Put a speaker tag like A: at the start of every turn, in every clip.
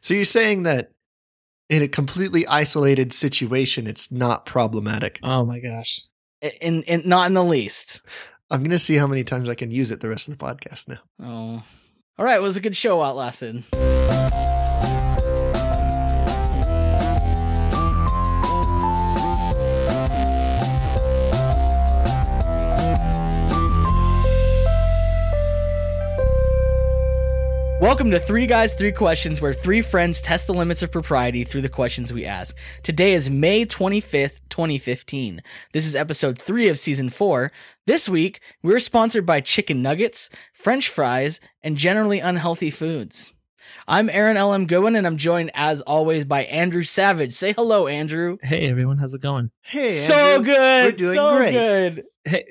A: So you're saying that in a completely isolated situation, it's not problematic.
B: Oh my gosh.
C: In, in not in the least.
A: I'm going to see how many times I can use it the rest of the podcast now.
C: Oh. All right, it was a good show outlasted. Welcome to Three Guys, Three Questions, where three friends test the limits of propriety through the questions we ask. Today is May 25th, 2015. This is episode three of season four. This week, we're sponsored by chicken nuggets, french fries, and generally unhealthy foods. I'm Aaron L.M. Goen, and I'm joined, as always, by Andrew Savage. Say hello, Andrew.
B: Hey everyone, how's it going?
A: Hey,
C: so
A: Andrew.
C: good.
A: we're doing
C: so
A: great.
C: good.
B: Hey,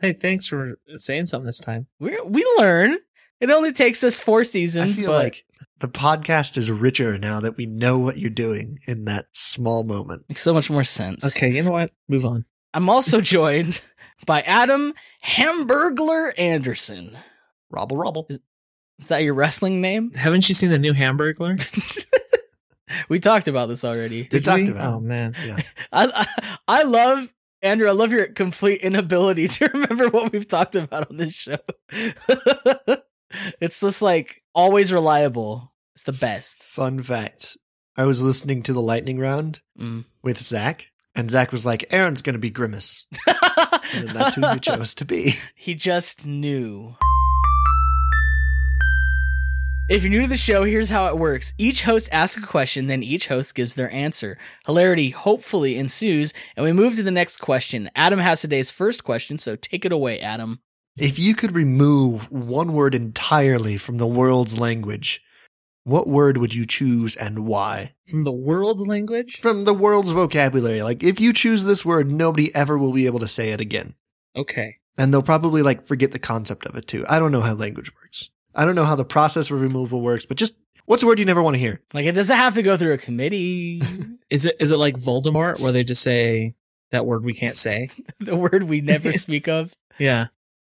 B: hey, thanks for saying something this time.
C: We're, we learn. It only takes us four
A: I
C: seasons,
A: feel
C: but
A: like the podcast is richer now that we know what you're doing in that small moment.
C: makes so much more sense.
B: Okay, you know what? Move on.
C: I'm also joined by Adam Hamburglar Anderson.
A: Robble, robble.
C: Is that your wrestling name?
B: Haven't you seen the new Hamburglar?
C: We talked about this already.
A: We
B: Did
A: talked about
B: Oh
A: it.
B: man.
C: I, I, I love, Andrew, I love your complete inability to remember what we've talked about on this show. it's just like always reliable. It's the best.
A: Fun fact I was listening to the lightning round
C: Mm.
A: with Zach, and Zach was like, Aaron's going to be Grimace. And then that's who you chose to be.
C: He just knew. If you're new to the show, here's how it works. Each host asks a question, then each host gives their answer. Hilarity hopefully ensues, and we move to the next question. Adam has today's first question, so take it away, Adam.
A: If you could remove one word entirely from the world's language, what word would you choose and why?
B: From the world's language?
A: From the world's vocabulary, like if you choose this word, nobody ever will be able to say it again.
B: Okay.
A: And they'll probably like forget the concept of it too. I don't know how language works. I don't know how the process of removal works, but just what's a word you never want to hear?
C: Like, it doesn't have to go through a committee.
B: Is it is it like Voldemort where they just say that word we can't say?
C: the word we never speak of.
B: Yeah.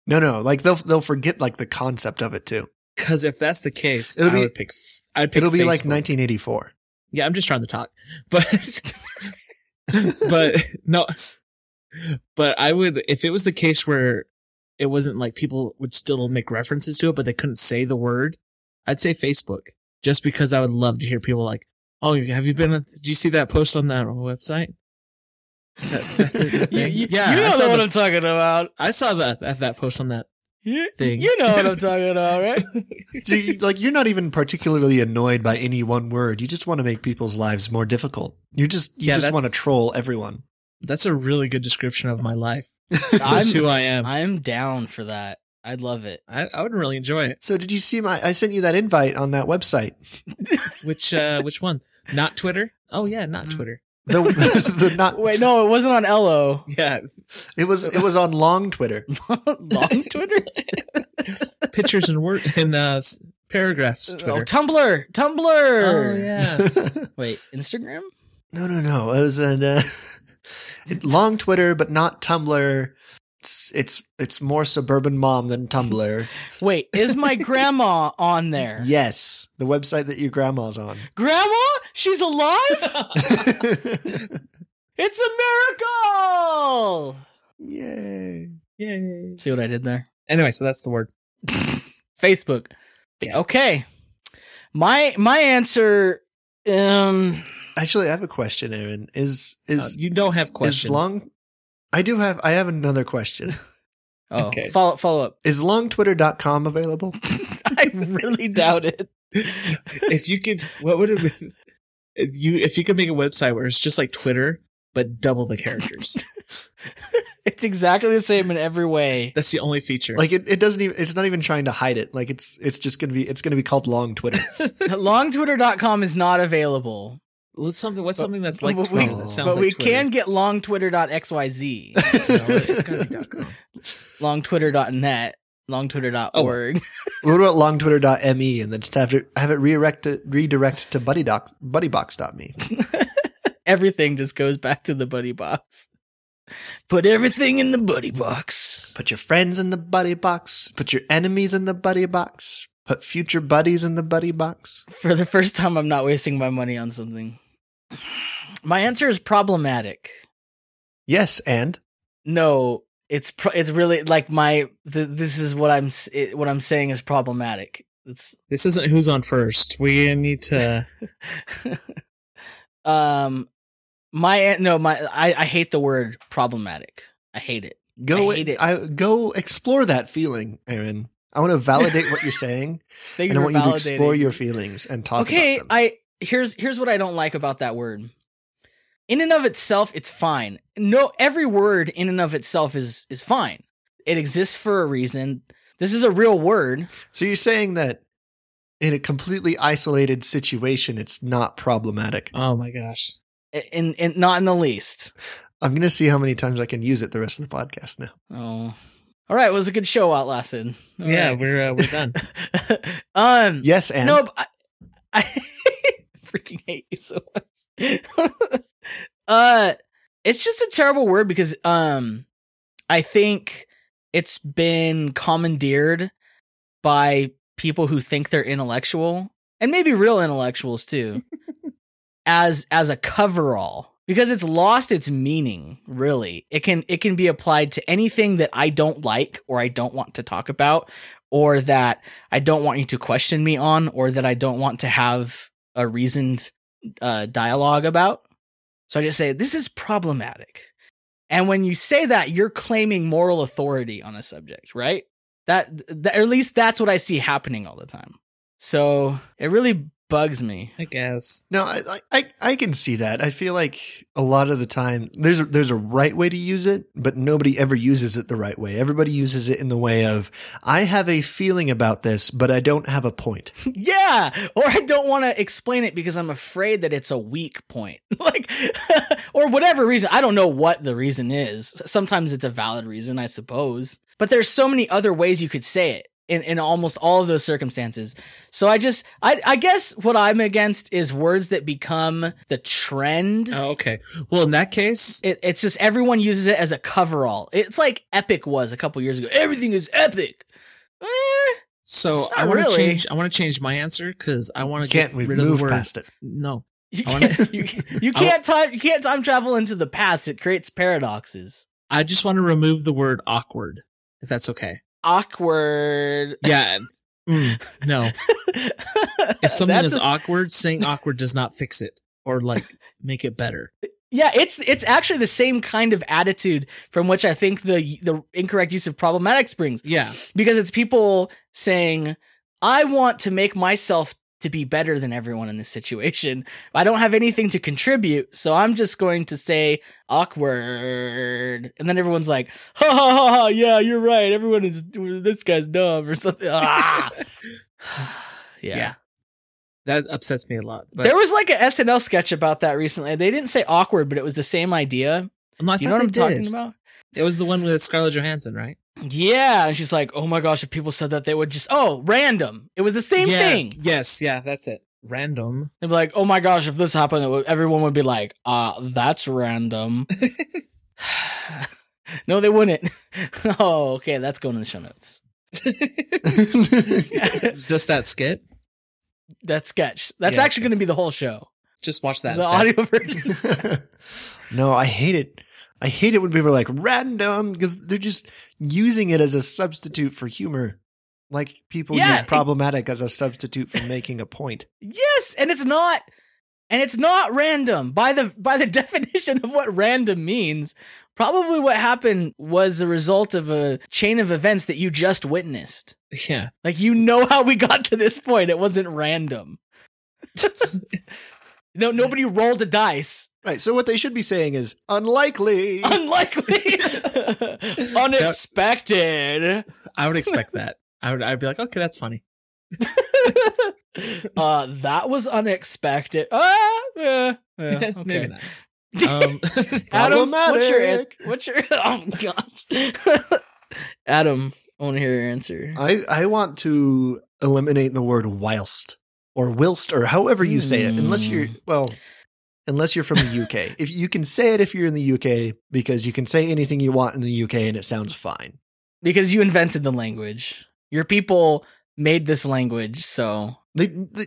A: No, no, like they'll they'll forget like the concept of it too.
B: Cause if that's the case,
A: It'll
B: I
A: be-
B: would pick I'd pick
A: It'll be like
B: Facebook.
A: 1984.
B: Yeah, I'm just trying to talk. But but no but I would if it was the case where it wasn't like people would still make references to it but they couldn't say the word, I'd say Facebook just because I would love to hear people like, "Oh, have you been did you see that post on that website?"
C: You, you,
B: Yeah,
C: you
B: I
C: don't
B: saw
C: know what
B: the-
C: I'm talking about.
B: I saw that that, that post on that.
C: You,
B: Thing.
C: you know what I'm talking about, right?
A: Do you- like you're not even particularly annoyed by any one word. You just want to make people's lives more difficult. You just you
B: Yeah,
A: just want to
B: that's-
A: troll everyone.
B: That's a really good description of my life.
C: I'm-
B: That's who I am.
C: I'm down for that. I'd love it.
B: I, I would really enjoy it.
A: so did you see my I sent you that invite on that website.
B: Which uh which one? Not Twitter? Oh yeah, not Twitter.
A: The, the not
C: Wait, no, it wasn't on Elo.
B: Yeah,
A: it was it was on long Twitter.
C: long Twitter?
B: pictures and word and uh s- paragraphs
C: Oh,
B: Twitter.
C: Tumblr. Tumblr.
B: Oh, yeah.
A: no,
C: Wait, Instagram?
A: no, no. It was an uh, it, long Twitter but not Tumblr. It's it's it's more suburban mom than Tumblr.
C: Wait, is my grandma on there?
A: Yes, the website that your grandma's on.
C: Grandma? She's alive? It's a miracle.
A: Yay.
B: Yay.
C: See what I did there?
B: Anyway, so that's the word.
C: Facebook.
B: Facebook.
C: Okay. My my answer um
A: Actually, I have a question, Aaron. Is
B: Uh,
A: is
B: you don't have questions.
A: is long? I do have. I have another question.
C: oh,
B: Okay.
C: follow follow up.
A: Is longtwitter.com available?
C: I really doubt it.
B: if you could, what would it be? If you if you could make a website where it's just like Twitter but double the characters.
C: It's exactly the same in every way.
B: That's the only feature.
A: Like it, it doesn't even. It's not even trying to hide it. Like it's it's just gonna be. It's gonna be called long Twitter.
C: Longtwitter.com is not available.
B: what's something what's
C: But-
B: something that's like
C: but
B: Twitter
A: we-
B: that sounds
C: but
B: like
C: we
B: Twitter?
C: can get longtwitter.xyz,
B: No, it's, it's gotta be .com.
C: longtwitter.net, longtwitter.org.
A: what about longtwitter.me and then just have to have it redirect to, redirect to buddydoc buddybox.me.
C: Everything just goes back to the buddy box. Put everything in the buddy box.
A: Put your friends in the buddy box. Put your enemies in the buddy box. Put future buddies in the buddy box.
C: For the first time, I'm not wasting my money on something. My answer is problematic.
A: Yes, and
C: No, it's pro- it's really like my th- this is what I'm s- it, what I'm saying is problematic. It's
B: This isn't who's on first. We need to.
C: um my an- no my I I hate the word problematic. I hate it.
A: go e,
C: I hate it.
A: I, go explore that feeling, Aaron. I want to validate what you're saying,
C: Thank
A: and I
C: for
A: want you to explore
C: validating.
A: your feelings and talk
C: okay,
A: about them.
C: I here's here's what I don't like about that word. In and of itself, it's fine. No, every word in and of itself is is fine. It exists for a reason. This is a real word.
A: so you're saying that in a completely isolated situation, it's not problematic.
B: Oh my gosh.
C: In, in not in the least.
A: I'm going to see how many times I can use it the rest of the podcast now.
C: Oh. All right, it was a good show outlasted. All
B: yeah,
C: right.
B: we're uh, we're done. Mm.
C: um
A: Yes, and
C: no, but I, I freaking hate you so much. uh it's just a terrible word because um I think it's been commandeered by people who think they're intellectual and maybe real intellectuals too as as a coverall because it's lost its meaning really it can it can be applied to anything that i don't like or i don't want to talk about or that i don't want you to question me on or that i don't want to have a reasoned uh, dialogue about so i just say this is problematic and when you say that you're claiming moral authority on a subject right that, that or at least that's what i see happening all the time so it really bugs me
B: I guess.
A: No, I, I- I I can see that. I feel like a lot of the time there's a, there's a right way to use it, but nobody ever uses it the right way. Everybody uses it in the way of I have a feeling about this, but I don't have a point.
C: Yeah, or I don't want to explain it because I'm afraid that it's a weak point. like or whatever reason, I don't know what the reason is. Sometimes it's a valid reason, I suppose. But there's so many other ways you could say it in in almost all of those circumstances. So I just I I guess what I'm against is words that become the trend.
B: Oh, okay. Well, in that case,
C: It, it's just everyone uses it as a coverall. It's like epic was a couple years ago. Everything is epic. Eh,
B: so I
C: Not
B: want to
C: really.
B: change. I want to change my answer because I want to
A: Can't
B: get
A: we
B: rid of the
A: move
B: word.
A: past it?
B: No,
C: You
B: I wanna-
C: can't, you, you
B: I wa-
C: can't time you can't time travel into the past. It creates paradoxes.
B: I just want to remove the word awkward, if that's okay.
C: Awkward.
B: Yeah. Mm, no. If something
C: That's
B: is
C: a s-
B: awkward, saying awkward does not fix it or like make it better.
C: yeah, it's it's actually the same kind of attitude from which I think the the incorrect use of problematic springs
B: Yeah.
C: because it's people saying, "I want to make myself to be better than everyone in this situation. I don't have anything to contribute, so I'm just going to say awkward." And then everyone's like, "Ha ha ha! ha yeah, you're right. Everyone is this guy's dumb or something." Ah. yeah.
B: Yeah. That upsets me a lot. But
C: there was like an SNL sketch about that recently. They didn't say awkward, but it was the same idea.
B: I'm not,
C: you know what I'm talking
B: about?
C: about?
B: It was the one with Scarlett Johansson, right?
C: Yeah, and she's like, "Oh my gosh, if people said that, they would just oh, random. It was the same
B: Yeah.
C: thing."
B: Yes. Yeah. That's it. Random.
C: They'd be like, "Oh my gosh, if this happened, it would, everyone would be like, uh, that's random." no, they wouldn't. oh, okay, that's going in the show notes.
B: Just that skit.
C: that sketch. That's
B: Yeah,
C: actually
B: okay.
C: going to be the whole show.
B: Just watch that.
C: That's the
B: instead.
C: audio version.
A: no, I hate it. I hate it when people are like random because they're just using it as a substitute for humor. Like people
C: Yeah,
A: use
C: it-
A: problematic as a substitute for making a point.
C: yes, and it's not and it's not random. By the by the definition of what random means, probably what happened was a result of a chain of events that you just witnessed.
B: Yeah.
C: Like you know how we got to this point. It wasn't random. no, nobody rolled a dice.
A: Right. So what they should be saying is unlikely.
C: Unlikely, unexpected.
B: I would expect that. I would. I'd be like, okay, that's funny.
C: uh, that was unexpected. Ah, yeah, yeah,
B: Maybe
C: okay.
B: not. Um,
C: Adam, what's your an-
A: Problematic.
C: what's your oh gosh, Adam? I want to hear your answer.
A: I I want to eliminate the word whilst or whilst or however you say it, unless you're
C: Hmm.
A: well, unless you're from the UK. if you can say it if you're in the UK, because you can say anything you want in the UK and it sounds fine.
C: Because you invented the language, your people made this language, so
A: They, they,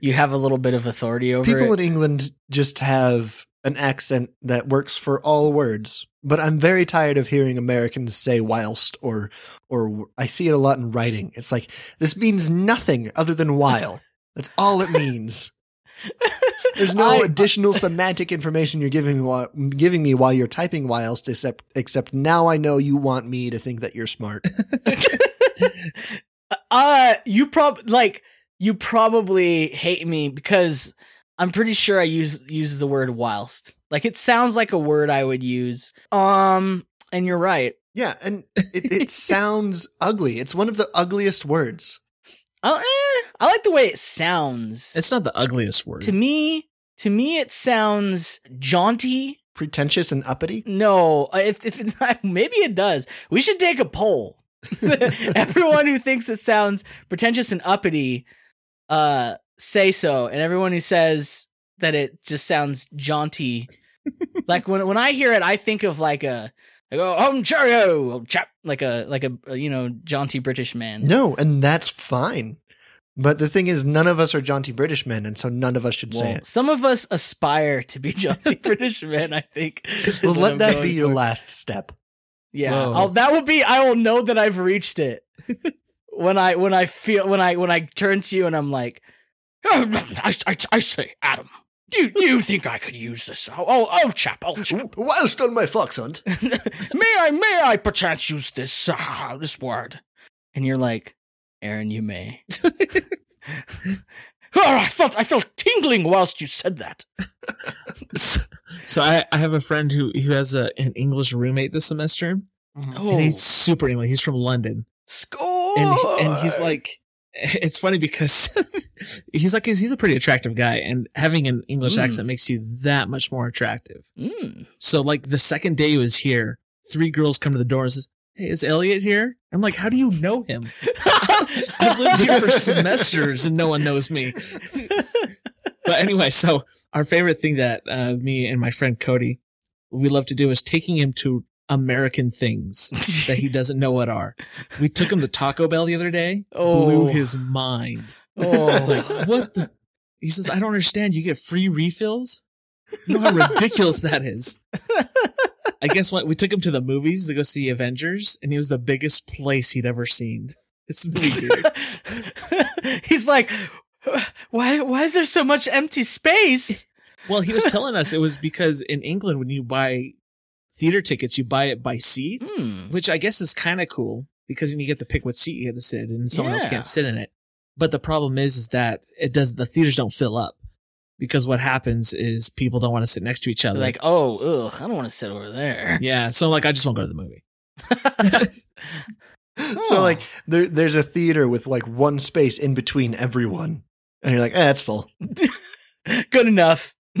C: you have a little bit of authority over
A: people
C: it.
A: in England just have an accent that works for all words. But I'm very tired of hearing Americans say whilst or or I see it a lot in writing. It's like this means nothing other than while. That's all it means. There's no
C: I-
A: additional semantic information you're giving me while, giving me while you're typing whilst except except now I know you want me to think that you're smart.
C: uh you prob like you probably hate me because I'm pretty sure I use use the word whilst. Like it sounds like a word I would use. Um and you're right.
A: Yeah, and it, it sounds ugly. It's one of the ugliest words.
C: Oh, eh, I like the way it sounds.
B: It's not the ugliest word.
C: to me, to me it sounds jaunty.
A: Pretentious and uppity.
C: No, uh, if, if maybe it does. We should take a poll. everyone who thinks it sounds pretentious and uppity, uh, say so. And everyone who says that it just sounds jaunty, like when when I hear it, I think of like a like oh home cheerio, old chap, like a like a uh, you know jaunty British man.
A: No, and that's fine. But the thing is, none of us are jaunty British men, and so none of us should say
C: Well,
A: it.
C: some of us aspire to be jaunty British men. I think. is
A: Well,
C: what I'm
A: let that
C: going
A: be your
C: for.
A: last step.
C: Yeah,
B: Whoa.
C: I'll, that will be. I will know that I've reached it when I when I feel when I when I turn to you and I'm like, oh, I, I, I say, Adam, you you think I could use this? Oh, oh, oh chap, oh chap.
A: Whilst on my fox hunt,
C: may I may I perchance use this ah, this word? And you're like, Aaron, you may. oh, I felt I felt tingling whilst you said that.
B: so I, I have a friend who who has a, an English roommate this semester,
C: Oh,
B: and he's super English. He's from London,
C: score!
B: and he, and he's like, it's funny because he's like he's, he's a pretty attractive guy, and having an English
C: Mm.
B: accent makes you that much more attractive.
C: Mm.
B: So like the second day he was here, three girls come to the door and says, "Hey, is Elliot here?" I'm like, "How do you know him? I've lived here for semesters and no one knows me." but anyway, so our favorite thing that uh, me and my friend Cody we love to do is taking him to American things that he doesn't know what are. We took him to Taco Bell the other day.
C: Oh.
B: Blew his mind. I was
C: oh.
B: like, "What?" the? He says, "I don't understand. You get free refills. You know how ridiculous that is." I guess what we took him to the movies to go see Avengers, and he was the biggest place he'd ever seen. It's weird.
C: He's like, why? Why is there so much empty space?
B: well, he was telling us it was because in England, when you buy theater tickets, you buy it by seat,
C: Hmm.
A: Hmm.
B: which I guess is kind of cool because then you get to pick what seat you get to sit, in, and someone else
C: Yeah.
B: can't sit in it. But the problem is, is that it does the theaters don't fill up because what happens is people don't want to sit next to each other.
C: Like, oh, ugh, I don't want to sit over there.
B: Yeah, so like I just won't go to the movie.
A: so like there, there's a theater with like one space in between everyone, and you're like, eh, it's full.
C: Good enough.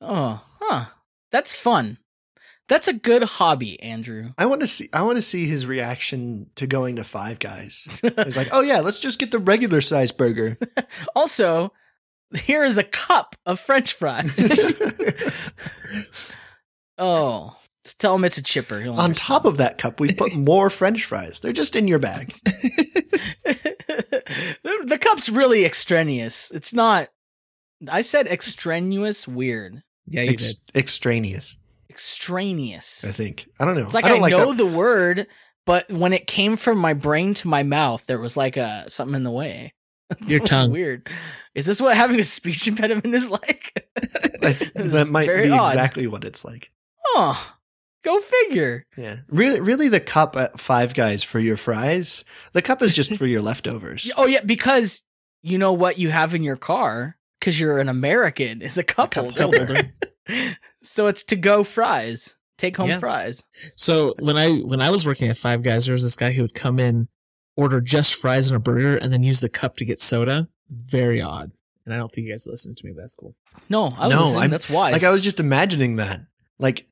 C: oh, huh. That's fun. That's a good hobby, Andrew.
A: I want to see. I want to see his reaction to going to Five Guys. He's like, oh yeah, let's just get the regular size burger.
C: Also, here is a cup of French fries. oh, just tell him it's a chipper. He'll
A: On top of that cup, we put more French fries. They're just in your bag.
C: the, the cup's really extraneous. It's not. I said extraneous weird.
B: yeah, you
A: Ex- extraneous,
C: Extraneous.
A: I think. I don't know.
C: It's like
A: I
C: I,
A: don't like
C: know
A: that.
C: the word, but when it came from my brain to my mouth, there was like a something in the way.
B: did. Your
C: It's
B: tongue.
C: weird. Is this what having a speech impediment is like?
A: Like,
C: It's
A: that might
C: very
A: be
C: odd.
A: exactly what it's like.
C: Oh, go figure.
A: Yeah. Really, really, the cup at Five Guys for your fries. The cup is just for your leftovers.
C: Oh yeah, because you know what you have in your car because you're an American is a cup,
A: cup
C: holder.
B: Cup holder.
C: so it's to go fries, take home
B: Yeah.
C: fries.
B: so when I when I was working at Five Guys, there was this guy who would come in, order just fries and a burger, and then use the cup to get soda. Very odd. And I don't think you guys listened to me, but that's cool.
C: No, I
A: No,
C: no,
A: I'm-
C: that's wise.
A: Like I was just imagining that. Like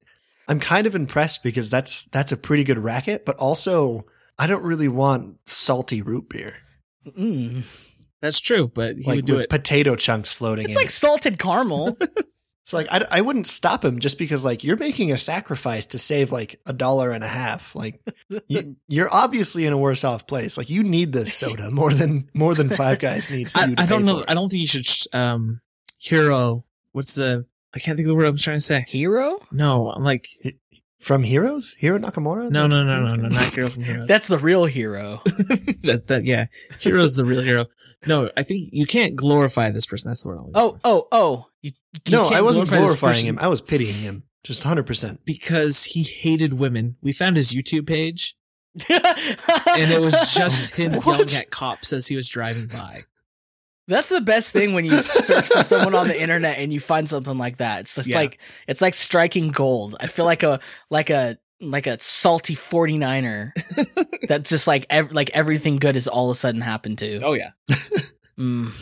A: I'm kind of impressed because that's that's a pretty good racket, but also I don't really want salty root beer.
C: Mm.
B: That's true, but he
A: like
B: would do
A: with
B: it.
A: potato chunks floating
C: It's
A: in
C: like salted caramel.
A: So like I, I wouldn't stop him just because like you're making a sacrifice to save like a dollar and a half. Like you, you're obviously in a worse off place. Like you need this soda more than more than Five Guys needs
B: I,
A: you. To
B: I don't
A: pay
B: know.
A: For
B: I
A: it.
B: don't think you should sh- um hero. What's the? I can't think of the word I'm trying to say.
C: Hero?
B: No, I'm like
A: From Heroes, Hero Nakamura.
B: no,
A: That-
B: no, no,
A: Oh, that's
B: no, no,
A: good.
B: not hero from hero.
C: That's the real hero.
B: that, that yeah, hero's the real hero. No, I think you can't glorify this person. That's the word. I'm looking
C: Oh,
B: for.
C: oh, oh. You, you
A: no.
C: can't
A: I wasn't
B: glorify this
A: glorifying
B: person.
A: him. I was pitying him. Just hundred percent.
B: because he hated women. We found his YouTube page, and
C: and
B: it was just him yelling
A: What?
B: at cops as he was driving by.
C: That's the best thing when you search for someone on the internet and you find something like that. It's just
B: Yeah.
C: like it's like striking gold. I feel like a like a like a salty 49er that just like ev- like everything good is all of a sudden happened to.
B: Oh yeah,
C: Mm.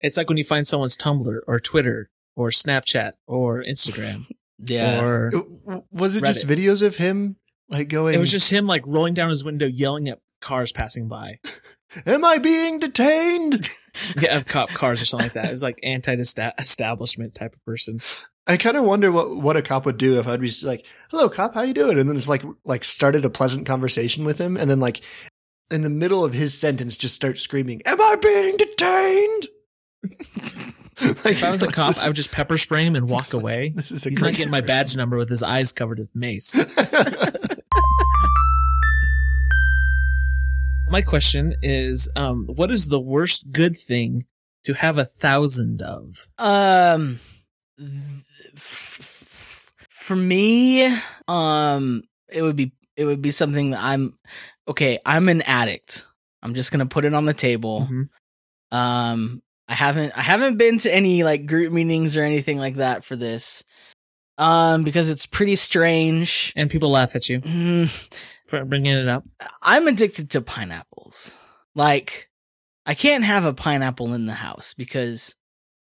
B: it's like when you find someone's Tumblr or Twitter or Snapchat or Instagram
C: Yeah.
B: or
A: It- Was it just videos of him like going?
B: It was just him like rolling down his window, yelling at cars passing by.
A: Am I being detained?
B: Yeah, of cop cars or something like that. It was like anti-establishment type of person.
A: I kind of wonder what what a cop would do if I'd be just like, "Hello, cop, how you doing?" And then it's like like started a pleasant conversation with him, and then like in the middle of his sentence, just start screaming, "Am I being detained?" like,
B: If I was a cop, I would just pepper spray him and walk
A: It's like-
B: away.
A: This is a
B: He's not
A: crazy
B: getting my
A: person.
B: badge number with his eyes covered with mace. My question is, um, what is the worst good thing to have a thousand of?
C: Um, th- for me, um, it would be it would be something that I'm okay. I'm an addict. I'm just gonna put it on the table.
B: Mhm.
C: Um, I haven't I haven't been to any like group meetings or anything like that for this. Um, because it's pretty strange.
B: And people laugh at you
C: Mm,
B: for bringing it up.
C: I'm addicted to pineapples. Like, I can't have a pineapple in the house because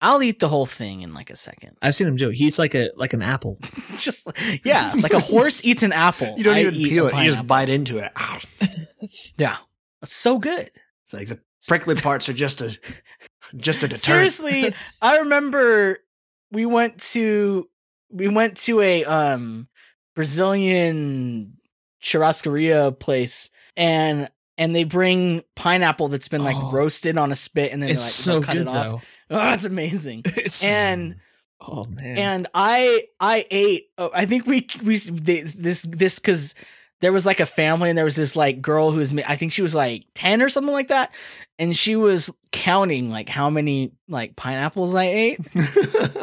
C: I'll eat the whole thing in like a second.
B: I've seen him do it. He's like a like an apple.
C: just yeah, like a horse eats an apple.
A: you don't
C: I
A: even
C: eat
A: peel
C: a
A: it; you just
C: pineapple.
A: bite into it. Ah,
C: Yeah, it's so good.
A: It's like the prickly parts are just a just a deterrent.
C: Seriously, I remember we went to we went to a um Brazilian churrascaria place and and they bring pineapple that's been like
B: Oh.
C: roasted on a spit and then
B: it's
C: they
B: so
C: like they'll cut
B: good
C: it off.
B: though.
C: Oh, it's amazing.
B: It's
C: And
B: oh man.
C: and I I ate. Oh, I think we we they, this this because there was like a family and there was this like girl who was ma- I think she was like ten or something like that, and she was counting like how many like pineapples I ate,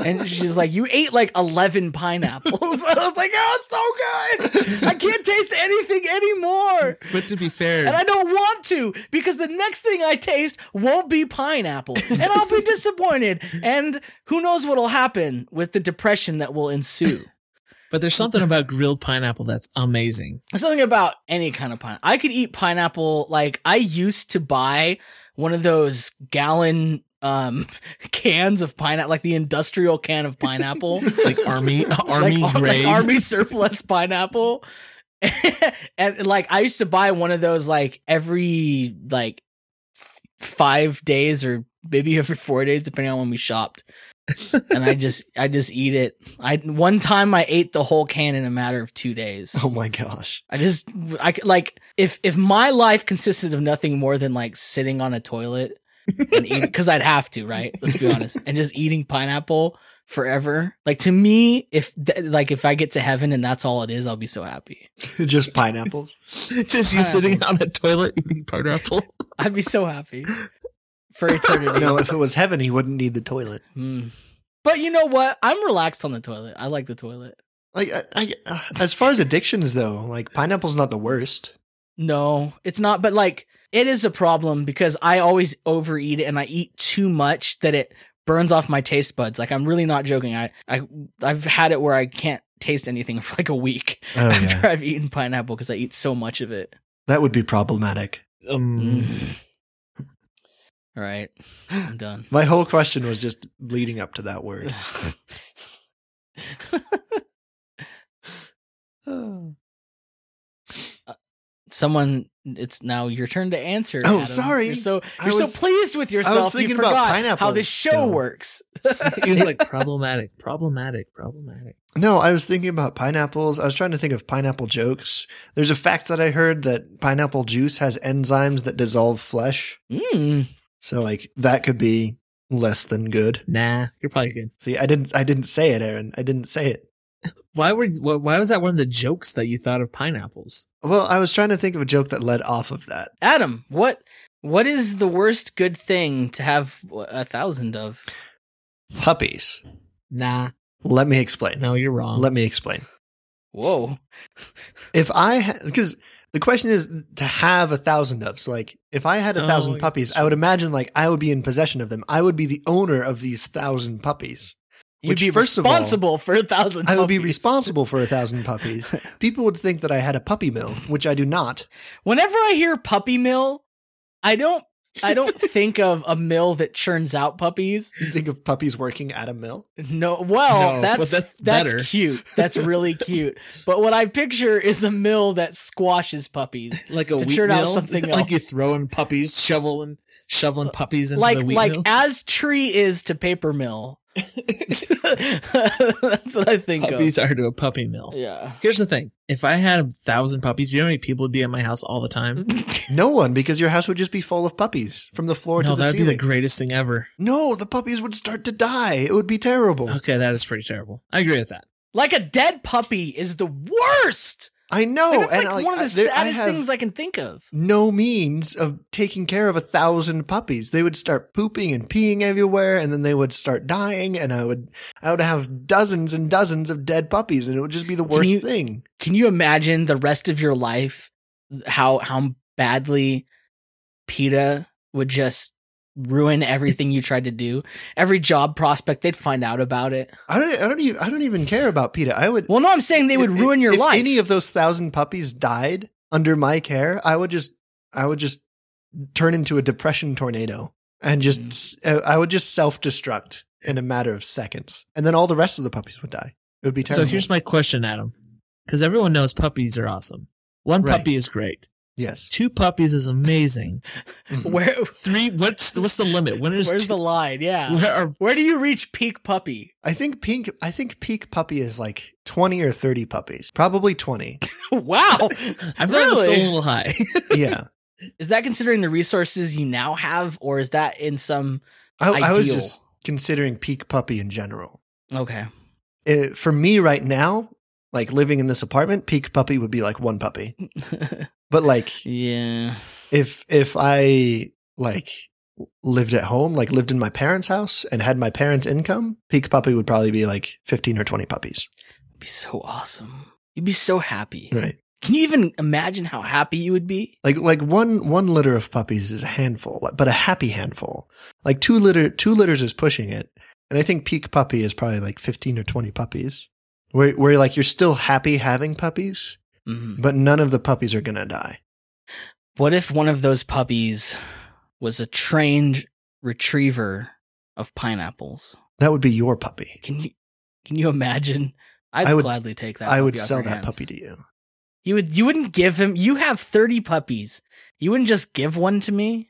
C: and she's like, "You ate like eleven pineapples." I was like, "Oh, it's so good! I can't taste anything anymore."
B: but to be fair,
C: And I don't want to because the next thing I taste won't be pineapple and I'll be disappointed. And who knows what'll happen with the depression that will ensue.
B: but there's something about grilled pineapple that's amazing.
C: There's something about any kind of pineapple. I could eat pineapple. Like I used to buy one of those gallon um cans of pineapple, like the industrial can of pineapple.
B: Like army uh, army
C: like, ar-
B: grade.
C: like army surplus pineapple and like i used to buy one of those like every like f- five days or maybe every four days depending on when we shopped and i just i just eat it i one time i ate the whole can in a matter of two days
A: oh my gosh!
C: i just i c- like if if my life consisted of nothing more than like sitting on a toilet and eating because i'd have to right let's be honest and just eating pineapple forever like to me if th- like if i get to heaven and that's all it is i'll be so happy
A: just pineapples.
B: Just you sitting on a toilet eating pineapple.
C: i'd be so happy for eternity
A: No, if it was heaven, he wouldn't need the toilet.
C: Hmm. but you know what i'm relaxed on the toilet i like the toilet
A: Like, I, I, uh, as far as addictions though, like pineapple's not the worst.
C: No, it's not. But like, it is a problem because I always overeat it and I eat too much that it burns off my taste buds. Like, I'm really not joking. I, I, I've had it where I can't taste anything for like a week
A: Oh
C: after I've eaten pineapple because I eat so much of it.
A: that would be problematic. Mm.
C: Mm.
B: Um,
C: All right, I'm done.
A: My whole question was just leading up to that word. Uh,
C: Someone it's now your turn to answer.
A: Oh,
C: Adam.
A: sorry.
C: You're so
A: I
C: you're
A: was-
C: so pleased with yourself.
A: thinking
C: you
A: about
C: forgot how
A: pineapples
C: this show
A: still.
C: works.
B: he was like problematic, problematic, problematic.
A: No, I was thinking about pineapples. I was trying to think of pineapple jokes. There's a fact that I heard that pineapple juice has enzymes that dissolve flesh.
C: Mm.
A: So like that could be less than good.
B: Nah, you're probably good.
A: See, I didn't I didn't say it, Aaron. I didn't say it.
B: Why were why why was that one of the jokes that you thought of pineapples?
A: Well, I was trying to think of a joke that led off of that.
C: Adam, what what is the worst good thing to have a thousand of?
A: Puppies.
B: Nah,
A: Let me explain.
B: no, you're wrong.
A: Let me explain.
C: Whoa.
A: If I because the question is to have a thousand of. So like if I had a
B: Oh,
A: thousand
B: yeah,
A: puppies,
B: that's
A: I would imagine like I would be in possession of them. I would be the owner of these thousand puppies.
C: You'd
A: Which,
C: be
A: first of all,
C: responsible for a thousand.
A: I would be
C: puppies.
A: responsible for a thousand puppies. People would think that I had a puppy mill, which I do not.
C: Whenever I hear puppy mill, I don't I don't think of a mill that churns out puppies.
A: You think of puppies working at a mill?
C: No, well,
B: No,
C: that's
B: but
C: that's,
B: that's better.
C: cute. That's really cute. But what I picture is a mill that squashes puppies,
B: like a
C: to
B: wheat
C: churn out
B: mill?
C: something
B: like you
C: else. Uh,
B: throwing puppies, shoveling, shoveling puppies into
C: like
B: the wheat
C: like
B: mill.
C: as tree is to paper mill. that's what I think
B: Puppies are to a puppy mill.
C: of. Yeah.
B: Here's the thing: if I had a thousand puppies, you know how many people would be at my house all the time?
A: No one, because your house would just be full of puppies from the floor to
B: no,
A: the
B: that'd
A: ceiling.
B: be the greatest thing ever.
A: no, the puppies would start to die. It would be terrible.
B: Okay, that is pretty terrible. I agree with that.
C: Like a dead puppy is the worst.
A: I know,
C: Like, that's
A: Oh, and
C: like
A: like,
C: one of the
A: I- there- I
C: saddest
A: have
C: things I can think of.
A: no means of taking care of a thousand puppies. They would start pooping and peeing everywhere, and then they would start dying. And I would, I would have dozens and dozens of dead puppies, and it would just be the worst
C: you-
A: thing.
C: Can you imagine the rest of your life how how badly PETA would just ruin everything you tried to do? Every job prospect, they'd find out about it.
A: I don't, I don't even, I don't even care about PETA. I would.
C: Well, no, I'm saying they would
A: if-
C: ruin your
A: if
C: life.
A: Any of those thousand puppies died under my care, I would just, I would just turn into a depression tornado and
C: Mm.
A: just, s- uh, I would just self destruct in a matter of seconds, and then all the rest of the puppies would die. It would be terrible.
B: So here's my question, Adam, because everyone knows puppies are awesome. One
A: Right.
B: puppy is great.
A: yes.
B: Two puppies is amazing.
A: Mhm.
C: Where
B: Three. What's what's the limit? When is
C: where's
B: two,
C: the line? Yeah.
B: where, are,
C: Where do you reach peak puppy?
A: I think pink. I think peak puppy is like twenty or thirty puppies, probably twenty.
C: wow.
B: I feel like it's a
C: Really?
B: little high.
A: Yeah,
C: Is that considering the resources you now have or is that in some
A: I, I was
C: Ideal.
A: just considering peak puppy in general.
C: Okay.
A: It, for me right now, like living in this apartment, peak puppy would be like one puppy. But like
C: yeah.
A: if if I like lived at home, like lived in my parents' house and had my parents' income, peak puppy would probably be like fifteen or twenty puppies.
C: be so awesome. You'd be so happy.
A: Right.
C: Can you even imagine how happy you would be?
A: Like like one one litter of puppies is a handful, but a happy handful. Like two litter two litters is pushing it, and I think peak puppy is probably like fifteen or twenty puppies. Where where like you're still happy having puppies,
C: Mhm.
A: but none of the puppies are gonna die.
C: What if one of those puppies was a trained retriever of pineapples?
A: That would be your puppy.
C: Can you can you imagine? I'd
A: I would-
C: gladly take that.
A: I would
C: puppy off
A: sell
C: your
A: that
C: hands.
A: puppy to you.
C: You would you wouldn't give him you have 30 puppies. You wouldn't just give one to me?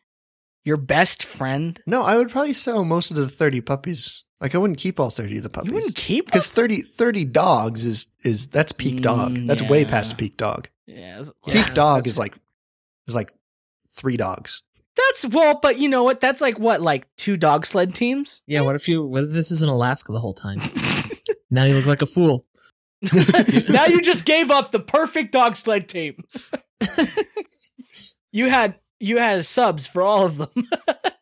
C: Your best friend?
A: No, I would probably sell most of the 30 puppies. Like I wouldn't keep all 30 of the
C: You
A: puppies.
C: wouldn't keep them?
A: Because 30, 30 dogs is is that's peak dog.
C: Mm,
A: That's way
C: yeah.
A: past peak dog.
C: Yeah, that's-
B: Yeah,
A: peak dog
B: that's-
A: is like is like three dogs.
C: That's well, but you know what? That's like what like two dog sled teams?
B: Yeah. What if you? What if this is in Alaska the whole time? now you look like a fool.
C: now you just gave up the perfect dog sled team. you had you had subs for all of them.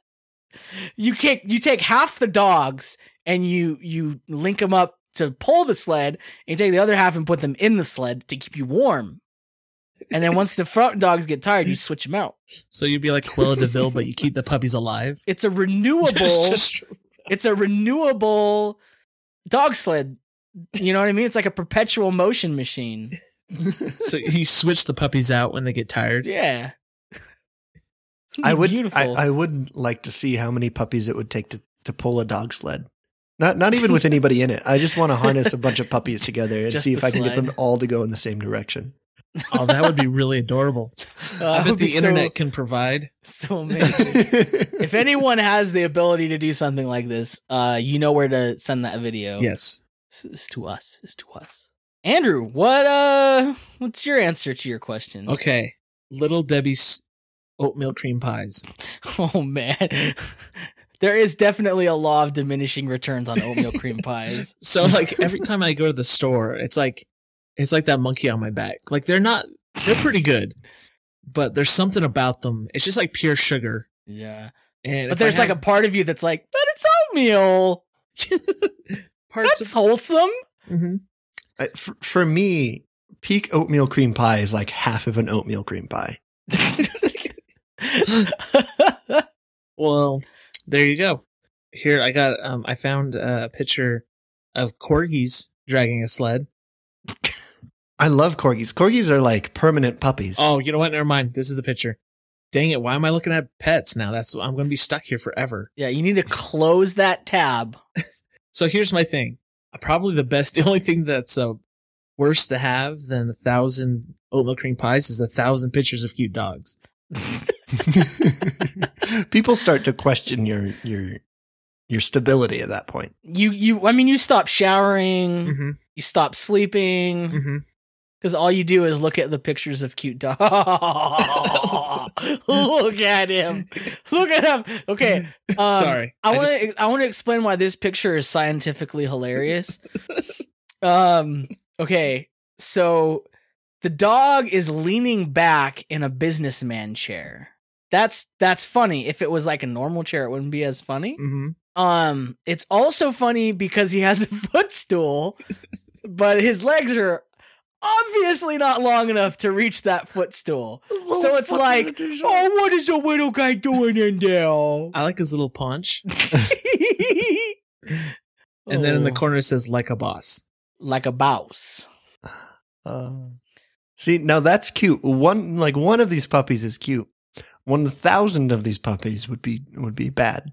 C: you kick you take half the dogs and you you link them up to pull the sled and you take the other half and put them in the sled to keep you warm. And then once the front dogs get tired, you switch them out.
B: So you'd be like Cruella Deville, but you keep the puppies alive.
C: It's a renewable
B: Just-
C: it's a renewable dog sled. You know what I mean? It's like a perpetual motion machine.
B: so you switch the puppies out when they get tired.
C: Yeah.
A: I would I,
C: Beautiful.
A: I would like to see how many puppies it would take to, to pull a dog sled. Not not even with anybody in it. I just want to harness a bunch of puppies together and
C: Just
A: see
C: the
A: if I can get
C: sled.
A: them all to go in the same direction.
B: Oh, that would be really adorable.
C: Uh,
B: I
C: that
B: bet
C: would be
B: the internet
C: so,
B: can provide.
C: so amazing. if anyone has the ability to do something like this, uh, you know where to send that video.
B: Yes.
C: It's, it's to us. It's to us. Andrew, what uh, what's your answer to your question?
B: Okay. Little Debbie's oatmeal cream pies.
C: Oh man, there is definitely a law of diminishing returns on oatmeal cream pies.
B: So like every time I go to the store, it's like it's like that monkey on my back. Like they're not they're pretty good, but there's something about them. It's just like pure sugar.
C: Yeah,
B: And
C: but there's like a part of you that's like, but it's oatmeal.
B: a part
C: That's wholesome.
B: Mm-hmm.
A: I- for, for me, peak oatmeal cream pie is like half of an oatmeal cream pie.
B: Well, there you go. Here I got um I found a picture of corgis dragging a sled.
A: I love corgis. Corgis are like permanent puppies.
B: Oh, you know what? Never mind. This is the picture. Dang it! Why am I looking at pets now? That's I'm going to be stuck here forever.
C: yeah, you need to close that tab.
B: So here's my thing. Uh, Probably the best. The only thing that's uh, worse to have than a thousand oatmeal cream pies is a thousand pictures of cute dogs.
A: People start to question your your your stability at that point.
C: You you. I mean, you stop showering.
B: Mm-hmm.
C: You stop sleeping.
B: Mm-hmm.
C: Because all you do is look at the pictures of cute dogs. look at him. Look at him. Okay. Um,
B: Sorry.
C: I want
B: just-
C: to. I want to explain why this picture is scientifically hilarious. um. Okay. So the dog is leaning back in a businessman chair. That's that's funny. If it was like a normal chair, it wouldn't be as funny.
B: Mhm.
C: Um, it's also funny because he has a footstool, but his legs are obviously not long enough to reach that footstool. So it's like, oh, what is the little guy doing in there?
B: I like his little paunch, and then in the
C: Oh,
B: corner it says like a boss.
C: like a bouse.
A: Uh, see, now that's cute. One like one of these puppies is cute. One thousand of these puppies would be would be bad.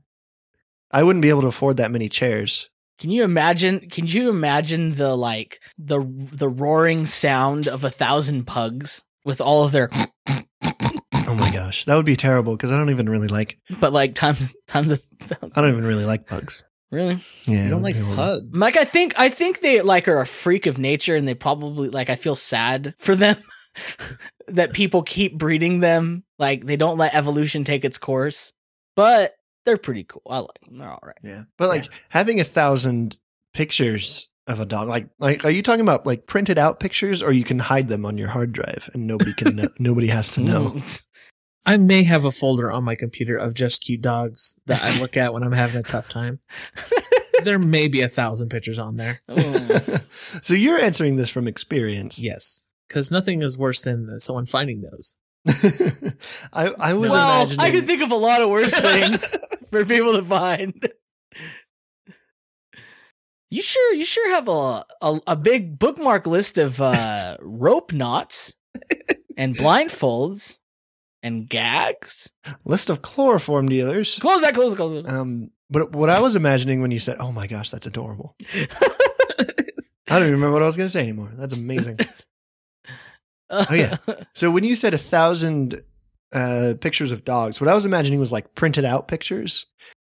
A: I wouldn't be able to afford that many chairs.
C: Can you imagine? Can you imagine the like the the roaring sound of a thousand pugs with all of their,
A: Oh my gosh, that would be terrible because I don't even really like
C: but like times times a
A: I
C: thousand.
A: don't even really like bugs.
C: Really?
A: Yeah,
B: You
A: it would
B: don't like
A: be horrible.
B: pugs.
C: Like I think I think they like are a freak of nature and they probably like I feel sad for them that people keep breeding them. Like they don't let evolution take its course. But they're pretty cool. I like them. They're all right.
A: Yeah, but like having a thousand pictures of a dog, like like are you talking about like printed out pictures, or you can hide them on your hard drive and nobody can know, nobody has to know?
C: Mm.
B: I may have a folder on my computer of just cute dogs that I look at when I'm having a tough time. there may be a thousand pictures on there.
C: Oh.
B: Mm.
A: so you're answering this from experience.
B: Yes, because nothing is worse than someone finding those.
A: I I was
B: Well,
A: imagining.
C: I could think of a lot of worse things for people to find. You sure you sure have a a, a big bookmark list of uh, rope knots and blindfolds and gags.
A: list of chloroform dealers.
C: Close that. Close. it, Close. it.
A: Um, but what I was imagining when you said, "Oh my gosh, that's adorable," I don't even remember what I was going to say anymore. That's amazing. oh, yeah. So when you said a thousand uh, pictures of dogs, what I was imagining was like printed out pictures,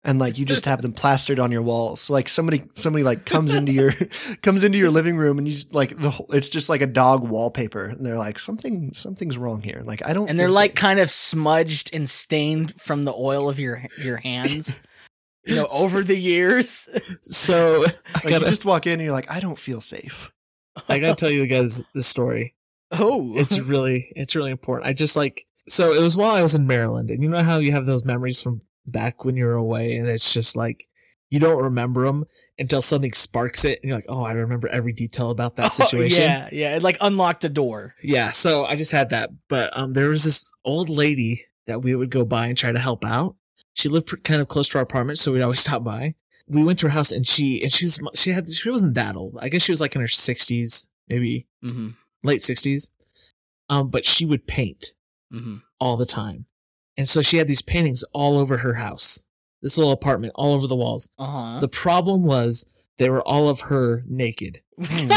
A: and like you just have them plastered on your walls. So like somebody somebody like comes into your comes into your living room, and you just, like the whole, it's just like a dog wallpaper, and they're like something something's wrong here. Like I don't.
C: And they're
A: feel
C: like
A: safe.
C: kind of smudged and stained from the oil of your your hands. You know, over the years.
B: So I
A: like you
B: gotta,
A: just walk in, and you're like, I don't feel safe.
B: I gotta tell you guys the story.
C: Oh,
B: It's really, it's really important. I just like so it was while I was in Maryland, and you know how you have those memories from back when you were away, and it's just like you don't remember them until something sparks it, and you're like, oh, I remember every detail about that situation.
C: yeah, yeah. It like unlocked a door.
B: Yeah, so I just had that. But um, there was this old lady that we would go by and try to help out. She lived pr- kind of close to our apartment, so we'd always stop by. We went to her house, and she and she was mu- she had she wasn't that old. I guess she was like in her sixties, maybe
C: Mm-hmm.
B: late sixties. Um, but she would paint
C: Mm-hmm.
B: all the time, and so she had these paintings all over her house, this little apartment, all over the walls.
C: Uh huh.
B: The problem was they were all of her naked.
C: it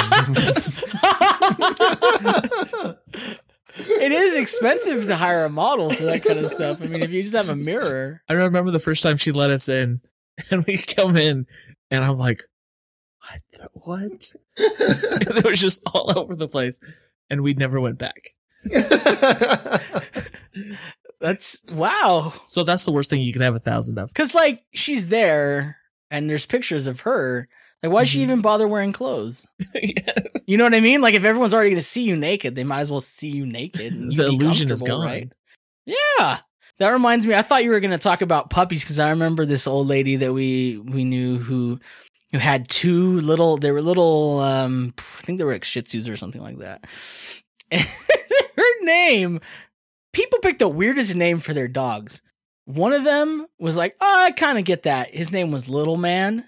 C: is expensive to hire a model for that kind of stuff. I mean, if you just have a mirror,
B: I remember the first time she let us in, and we come in, and I'm like, "What? The, what?" it was just all over the place, and we never went back.
C: that's wow.
B: So that's the worst thing you could have a thousand of.
C: Because like she's there, and there's pictures of her. Like, why does she
B: Mhm.
C: even bother wearing clothes?
B: Yeah.
C: You know what I mean? Like, if everyone's already going to see you naked, they might as well see you naked. And you
B: The
C: be
B: illusion is
C: comfortable,
B: gone.
C: right? Yeah. That reminds me. I thought you were going to talk about puppies because I remember this old lady that we we knew who who had two little. They were little. Um, I think they were like Shih Tzus or something like that. And her name. People pick the weirdest name for their dogs. One of them was like, "Oh, I kind of get that." His name was Little Man,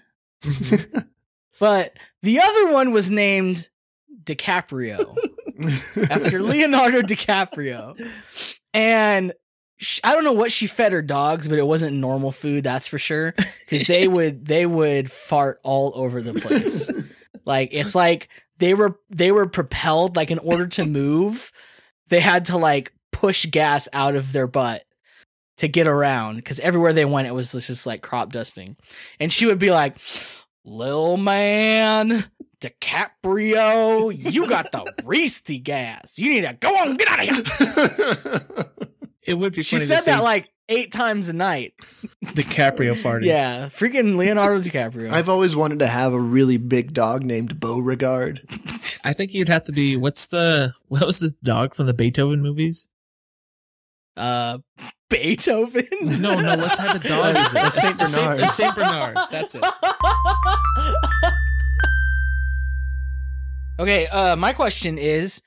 C: but the other one was named DiCaprio after Leonardo DiCaprio. And sh I don't know what she fed her dogs, but it wasn't normal food, that's for sure, cuz they would they would fart all over the place. like it's like they were they were propelled like in order to move, they had to like push gas out of their butt to get around cuz everywhere they went it was just like crop dusting. And she would be like, "Lil man, DiCaprio, you got the Reisty gas. You need to go on, get out of here.
B: It would be
C: She
B: funny
C: said
B: to
C: that
B: see
C: like eight times a night.
B: DiCaprio farting.
C: Yeah, freaking Leonardo DiCaprio.
A: I've always wanted to have a really big dog named Beauregard.
B: I think you'd have to be. What's the what was the dog from the Beethoven movies?
C: uh, Beethoven.
B: No, no. What type of dog is it?
A: A Saint
B: A Saint-
A: Bernard.
B: A Saint Bernard. That's it.
C: okay, uh, my question is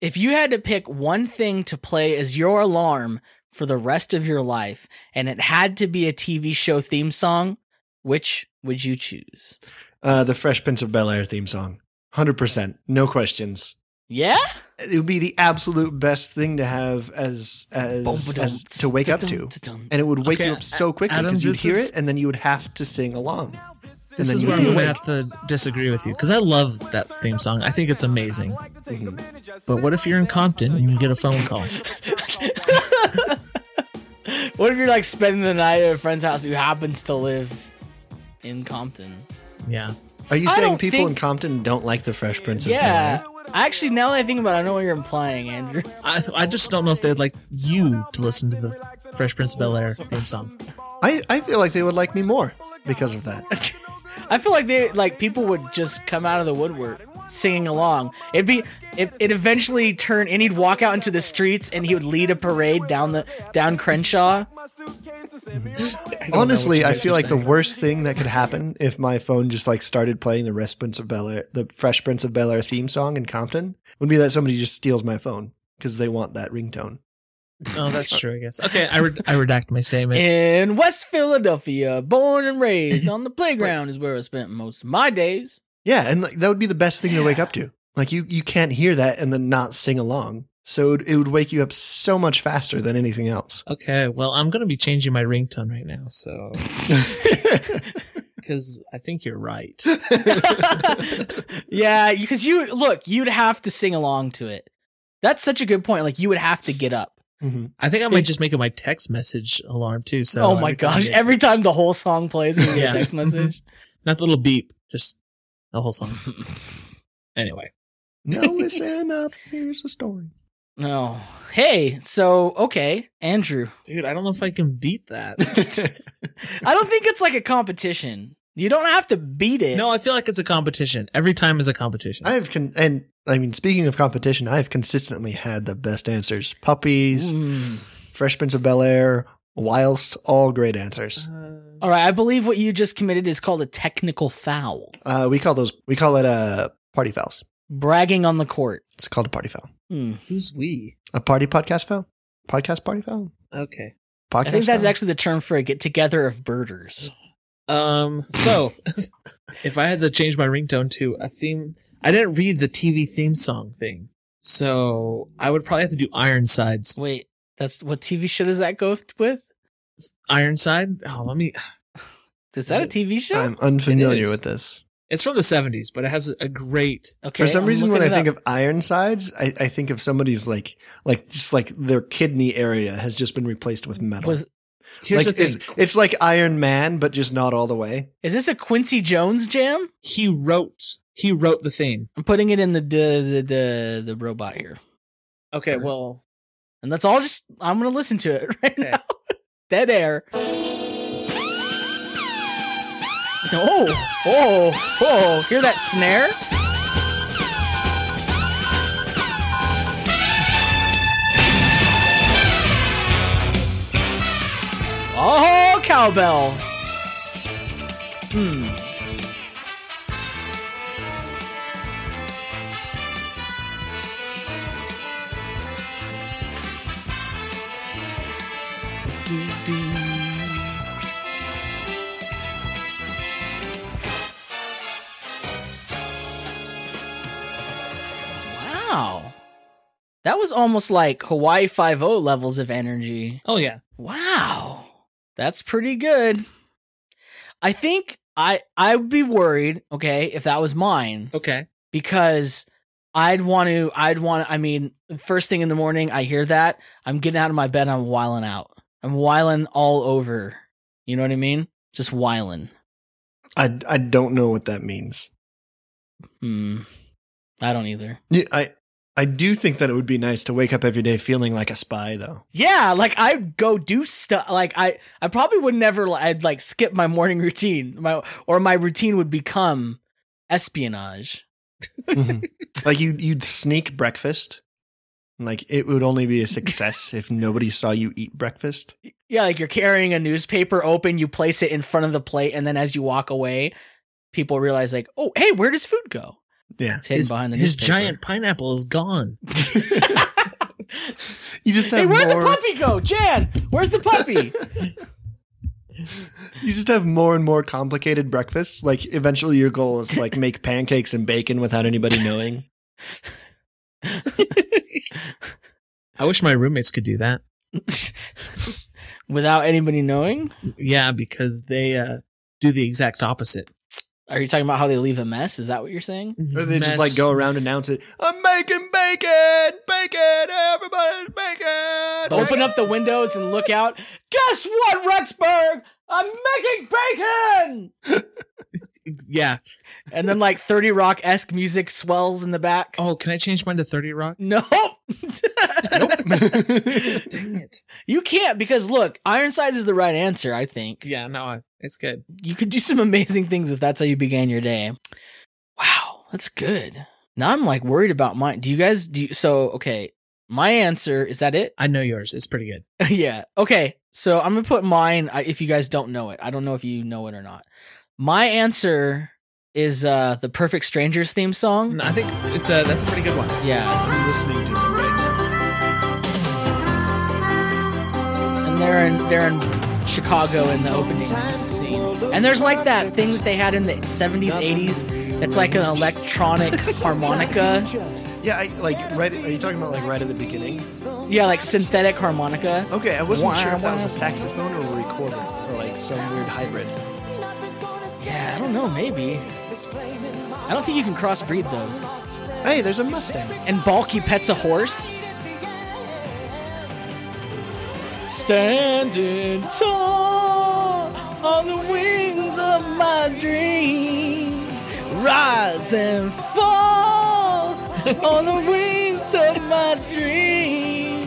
C: if you had to pick one thing to play as your alarm for the rest of your life and it had to be a TV show theme song, which would you choose?
A: Uh, the Fresh Prince of Bel Air theme song. 100%. No questions.
C: Yeah?
A: It would be the absolute best thing to have as as, as to wake up to. And it would wake
B: Okay,
A: you up so quickly
B: Adam,
A: because you'd
B: this
A: hear
B: is-
A: it and then you would have to sing along.
B: This
A: And
B: is
A: then
B: where I'm
A: you
B: going to
A: do
B: have to disagree with you because I love that theme song. I think it's amazing.
A: Mm-hmm.
B: But what if you're in Compton and you get a phone call?
C: What if you're like spending the night at a friend's house who happens to live in Compton?
B: Yeah.
A: Are you
C: I
A: saying
C: don't
A: people
C: think-
A: in Compton don't like the Fresh Prince of
C: Yeah. Actually, now that I think about it, I know what you're implying, Andrew.
B: I, I just don't know if they'd like you to listen to the Fresh Prince of Bel Air theme song.
A: Bel Air? I, I feel like they would like me more because of that.
C: I feel like they like people would just come out of the woodwork singing along. It'd be it it eventually turn and he'd walk out into the streets and he would lead a parade down the down Crenshaw.
A: Honestly, I feel like the worst thing that could happen if my phone just like started playing the Fresh Prince of Bel Air, the Fresh Prince of Bel Air theme song in Compton, would be that somebody just steals my phone because they want that ringtone.
B: Oh, that's true, I guess. Okay, I, re- I redact my statement.
C: In West Philadelphia, born and raised on the playground is where I spent most of my days.
A: Yeah, and like, that would be the best thing to wake
C: Yeah.
A: up to. Like you, you can't hear that and then not sing along. So it, it would wake you up so much faster than anything else.
B: Okay, well, I'm going to be changing my ringtone right now, so. Because I think you're right.
A: Mm-hmm.
C: yeah, because you look, you'd have to sing along to it. That's such a good point. Like you would have to get up.
A: Mhm.
B: I think I might just make it my text message alarm, too. So
C: oh my
B: every time I
C: gosh!
B: get-
C: Every time the whole song plays, we get
B: Yeah.
C: a text message.
B: Not the little beep, just the whole song. Anyway.
A: Now listen up. Here's a story.
C: No. Hey, so okay, Andrew.
B: Dude, I don't know if I can beat that.
C: I don't think it's like a competition. You don't have to beat it.
B: No, I feel like it's a competition. Every time is a competition.
A: I have con- and I mean, speaking of competition, I have consistently had the best answers. Puppies.
C: Mm.
A: Fresh Prince of Bel Air, whilst all great answers.
B: Uh,
C: All right, I believe what you just committed is called a technical foul.
A: Uh, we call those we call it uh, party fouls.
C: Bragging on the court.
A: It's called a party foul.
C: Hmm.
B: who's we?
A: A party podcast foul. Podcast party foul.
B: Okay.
A: Podcast.
C: I think that's
A: foul?
C: actually the term for a get together of birders.
B: Um. So, if I had to change my ringtone to a theme, I didn't read the TV theme song thing, so I would probably have to do Ironsides.
C: Wait, that's what TV show does that go with?
B: Ironside. Oh, let me.
C: Is that a TV show?
A: I'm unfamiliar
B: It is.
A: with this.
B: It's from the 70s, but it has a great.
C: Okay.
A: For some
C: I'm
A: reason, when I
C: looking it
A: think
C: up.
A: of Ironsides, I, I think of somebody's like, like just like their kidney area has just been replaced with metal.
C: was
B: Here's
A: like
B: the thing.
A: It's, it's like Iron Man, but just not all the way.
C: is this a Quincy Jones jam?
B: He wrote. He wrote the theme.
C: I'm putting it in the the the the, the robot here,
B: Okay,
C: Sure.
B: well,
C: and that's all. Just I'm gonna listen to it right
B: Okay.
C: now. Dead air. Oh, oh, oh! Hear that snare? Oh, cowbell. Hmm. Do, do. Wow. That was almost like Hawaii 5 levels of energy.
B: oh yeah.
C: Wow. That's pretty good. I think I I'd be worried, okay, if that was mine
B: Okay.
C: because I'd want to I'd want I mean, first thing in the morning I hear that, I'm getting out of my bed, I'm whiling out. I'm whiling all over. You know what I mean? Just whiling.
A: I, I don't know what that means.
C: Hmm. I don't either.
A: Yeah, I I do think that it would be nice to wake up every day feeling like a spy, though.
C: Yeah, like I'd go do stuff. Like I, I probably would never. li- I'd like skip my morning routine. My or my routine would become espionage.
B: Mm-hmm.
A: Like you you'd sneak breakfast. Like it would only be a success if nobody saw you eat breakfast.
C: Yeah, like you're carrying a newspaper open, you place it in front of the plate, and then as you walk away, people realize like, oh, hey, where does food go?
A: Yeah.
C: It's hidden
B: his
C: behind the
B: his
C: newspaper.
B: giant pineapple is gone.
A: You just
C: Hey,
A: have
C: where'd
A: more,
C: the puppy go, Jan? Where's the puppy?
A: you just have more and more complicated breakfasts. Like eventually your goal is to, like make pancakes and bacon without anybody knowing.
B: I wish my roommates could do that.
C: Without anybody knowing,
B: Yeah, because they uh, do the exact opposite.
C: are you talking about how they leave a mess? Is that what you're saying?
A: Or they just like go around and announce it. I'm making bacon, bacon, everybody's bacon.
C: Open up the windows and look out. Guess what, Rexburg? I'm making bacon!
B: Yeah.
C: And then like 30 Rock esque music swells in the back.
B: Oh, can I change mine to Thirty Rock?
C: No,
A: Nope.
B: Dang it.
C: you can't because look, Ironsides is the right answer, I think.
B: Yeah. No, I- it's good.
C: You could do some amazing things if that's how you began your day. Wow, that's good. Now I'm like worried about mine. Do you guys do you, so? Okay, my answer is that it?
B: I know yours. It's pretty good.
C: yeah. Okay. So I'm gonna put mine. I- If you guys don't know it, I don't know if you know it or not. My answer is uh the Perfect Strangers theme song.
B: No, I think it's, it's a that's a pretty good one.
C: Yeah,
A: I'm listening to it right
C: and they're in they're in Chicago in the opening scene. And there's like that thing that they had in the 70s, 80s. That's like an electronic harmonica.
A: now. Yeah, I, like right. Are you talking about like right at the beginning?
C: Yeah, like synthetic harmonica.
A: Okay, I wasn't sure if that was a saxophone or a recorder or like some weird hybrid.
C: Yeah, I don't know. Maybe. I don't think you can crossbreed those.
A: Hey, there's a Mustang.
C: And Balky pets a horse. Standing tall on the wings of my dreams, rise and fall on the wings of my dreams.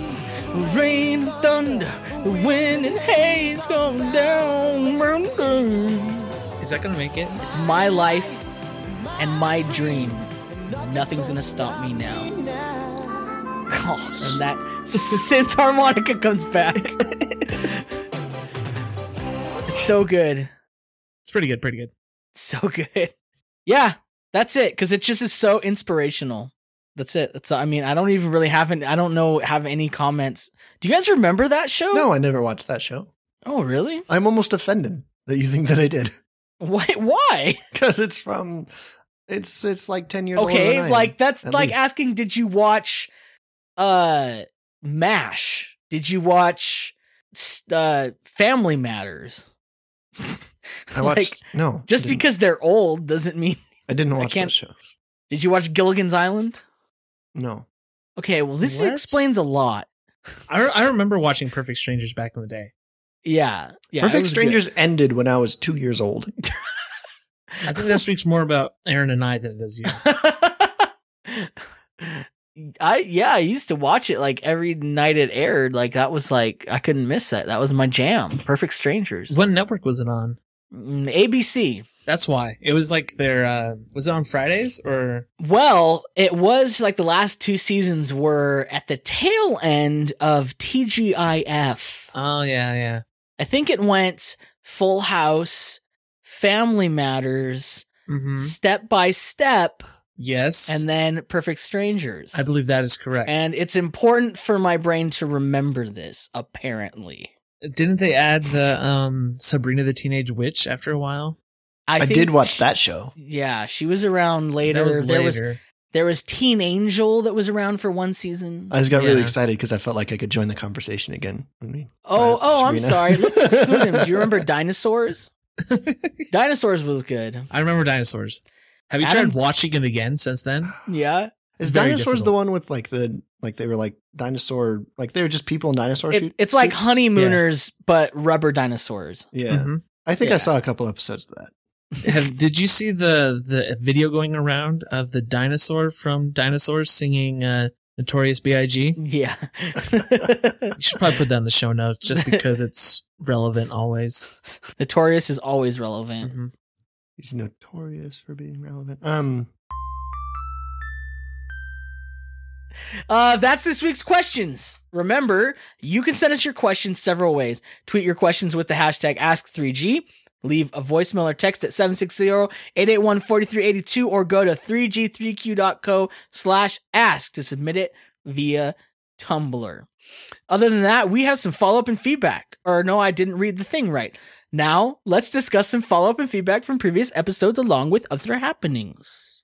C: Rain, thunder, wind, and haze come down.
B: Is that gonna make it?
C: It's my life and my dream. Nothing's gonna stop me now. Oh, and that synth harmonica comes back. it's so good.
B: It's pretty good. Pretty good.
C: So good. Yeah, that's it. Cause it just is so inspirational. That's it. That's I mean, I don't even really have an I don't know have any comments. Do you guys remember that show?
A: No, I never watched that show.
C: Oh really?
A: I'm almost offended that you think that I did
C: Why why?
A: because it's from. It's it's like ten years. older than I
C: okay
A: am.
C: like that's
A: at
C: like
A: least.
C: asking did you watch uh mash did you watch s- uh family matters
A: I watched. no,
C: just
A: I didn't.
C: because they're old doesn't mean
A: I didn't watch
C: can't-
A: those shows.
C: Did you watch Gilligan's Island?
A: No.
C: Okay, well this
B: What?
C: explains a lot.
B: I, I remember watching Perfect Strangers back in the day.
C: Yeah, yeah. it
A: Perfect
C: was good.
A: Strangers ended when I was two years old.
B: I think that speaks more about Aaron and I than it does you.
C: I yeah, I used to watch it like every night it aired. Like that was like I couldn't miss that. That was my jam. Perfect Strangers.
B: What network was it on?
C: Mm, ABC.
B: That's why it was like their. Uh, was it on Fridays or?
C: Well, it was like the last two seasons were at the tail end of TGIF.
B: Oh yeah, yeah.
C: I think it went Full House, Family Matters,
A: Hmm.
B: Mm-hmm.
C: Step by Step,
B: Yes,
C: and then Perfect Strangers.
B: I believe that is correct.
C: And it's important for my brain to remember this, apparently.
B: didn't they add the um, Sabrina the Teenage Witch after a while?
A: I,
C: think-
A: did watch that show.
C: Yeah, she was around later.
B: That was
C: There was
B: later.
C: there was Teen Angel that was around for one season.
A: I just got
B: Yeah.
A: really excited because I felt like I could join the conversation again. I mean,
C: oh,
A: but
C: oh, I'm
A: Serena-
C: sorry. Let's exclude him. Do you remember Dinosaurs? Dinosaurs was good.
B: I remember dinosaurs. Have you
C: Adam-
B: tried watching it again since then?
C: Yeah.
A: Is
B: Very
A: dinosaurs
B: difficult.
A: the one with like the like they were like dinosaur like they were just people in dinosaur
C: It-
A: shoot-
C: it's like
A: suits?
C: honeymooners, but rubber dinosaurs.
A: Yeah,
B: Mhm.
A: I think
C: Yeah.
A: I saw a couple episodes of that.
B: Have, did you see the the video going around of the dinosaur from Dinosaurs singing uh, "Notorious B.I.G."
C: Yeah.
B: You should probably put that in the show notes just because it's relevant always.
C: Notorious is always relevant.
B: Mhm.
A: He's notorious for being relevant. Um,
C: Uh, that's this week's questions. Remember, you can send us your questions several ways. Tweet your questions with the hashtag Ask3G. Leave a voicemail or text at 760-881-4382 or go to 3g3q.co slash ask to submit it via Tumblr. Other than that, we have some follow-up and feedback. Or no, I didn't read the thing right. Now, let's discuss some follow-up and feedback from previous episodes along with other happenings.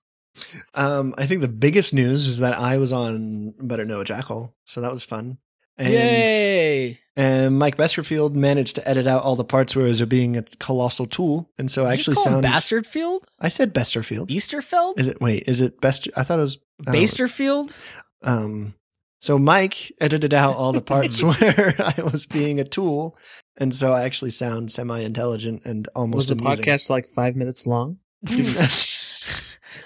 A: um, I think the biggest news is that I was on Better Know a Jackal, so that was fun. And,
C: Yay!
A: and Mike Beskerfield managed to edit out all the parts where it was being a colossal tool, and so I
C: Did you
A: actually
C: just call him
A: sound.
C: Bastardfield?
A: I said Besterfield.
C: Easterfeld?
A: Is it? Wait, is it Best? I thought it was I don't-
C: Basterfield?
A: Um, so Mike edited out all the parts where I was being a tool, and so I actually sound semi-intelligent and
B: Was
A: almost
B: the
A: amusing.
B: podcast like five minutes long?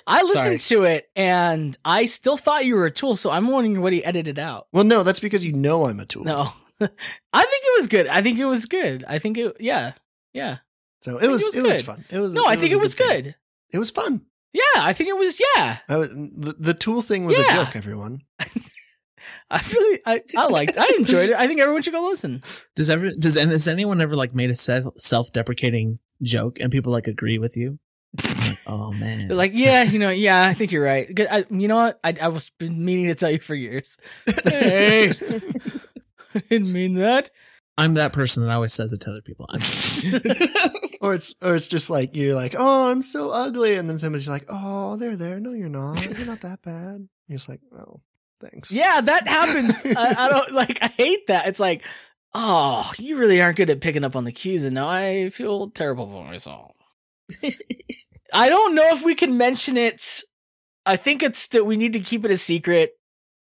C: I listened to it and I still thought you were a tool, so I'm wondering what he edited out.
A: Well, no, that's because you know I'm a tool.
C: No. I think it was good. I think it was good. I think it yeah. Yeah.
A: so
C: think
A: it was it
C: it was
A: was
C: good.
A: fun. It was
C: No, I think
A: a
C: it was
A: thing.
C: good.
A: It was fun.
C: Yeah, I think it was yeah.
A: I was, the, the tool thing was
C: Yeah.
A: a joke. Everyone,
C: I really I, I liked I enjoyed it. I think everyone should go listen.
B: Does ever does and has anyone ever like made a self deprecating joke and people like agree with you? oh man,
C: They're like, yeah, you know, yeah, I think you're right. Good. I, you know what? I, I was been meaning to tell you for years. Hey, I didn't mean that.
B: I'm that person that always says it to other people.
A: or it's or it's just like you're like, oh, I'm so ugly, and then somebody's like, oh, they're there. No, you're not. You're not that bad. You're just like, oh, thanks.
C: Yeah, that happens. I, I don't like. I hate that. It's like, oh, you really aren't good at picking up on the cues, and now I feel terrible for myself. I don't know if we can mention it. I think it's that we need to keep it a secret.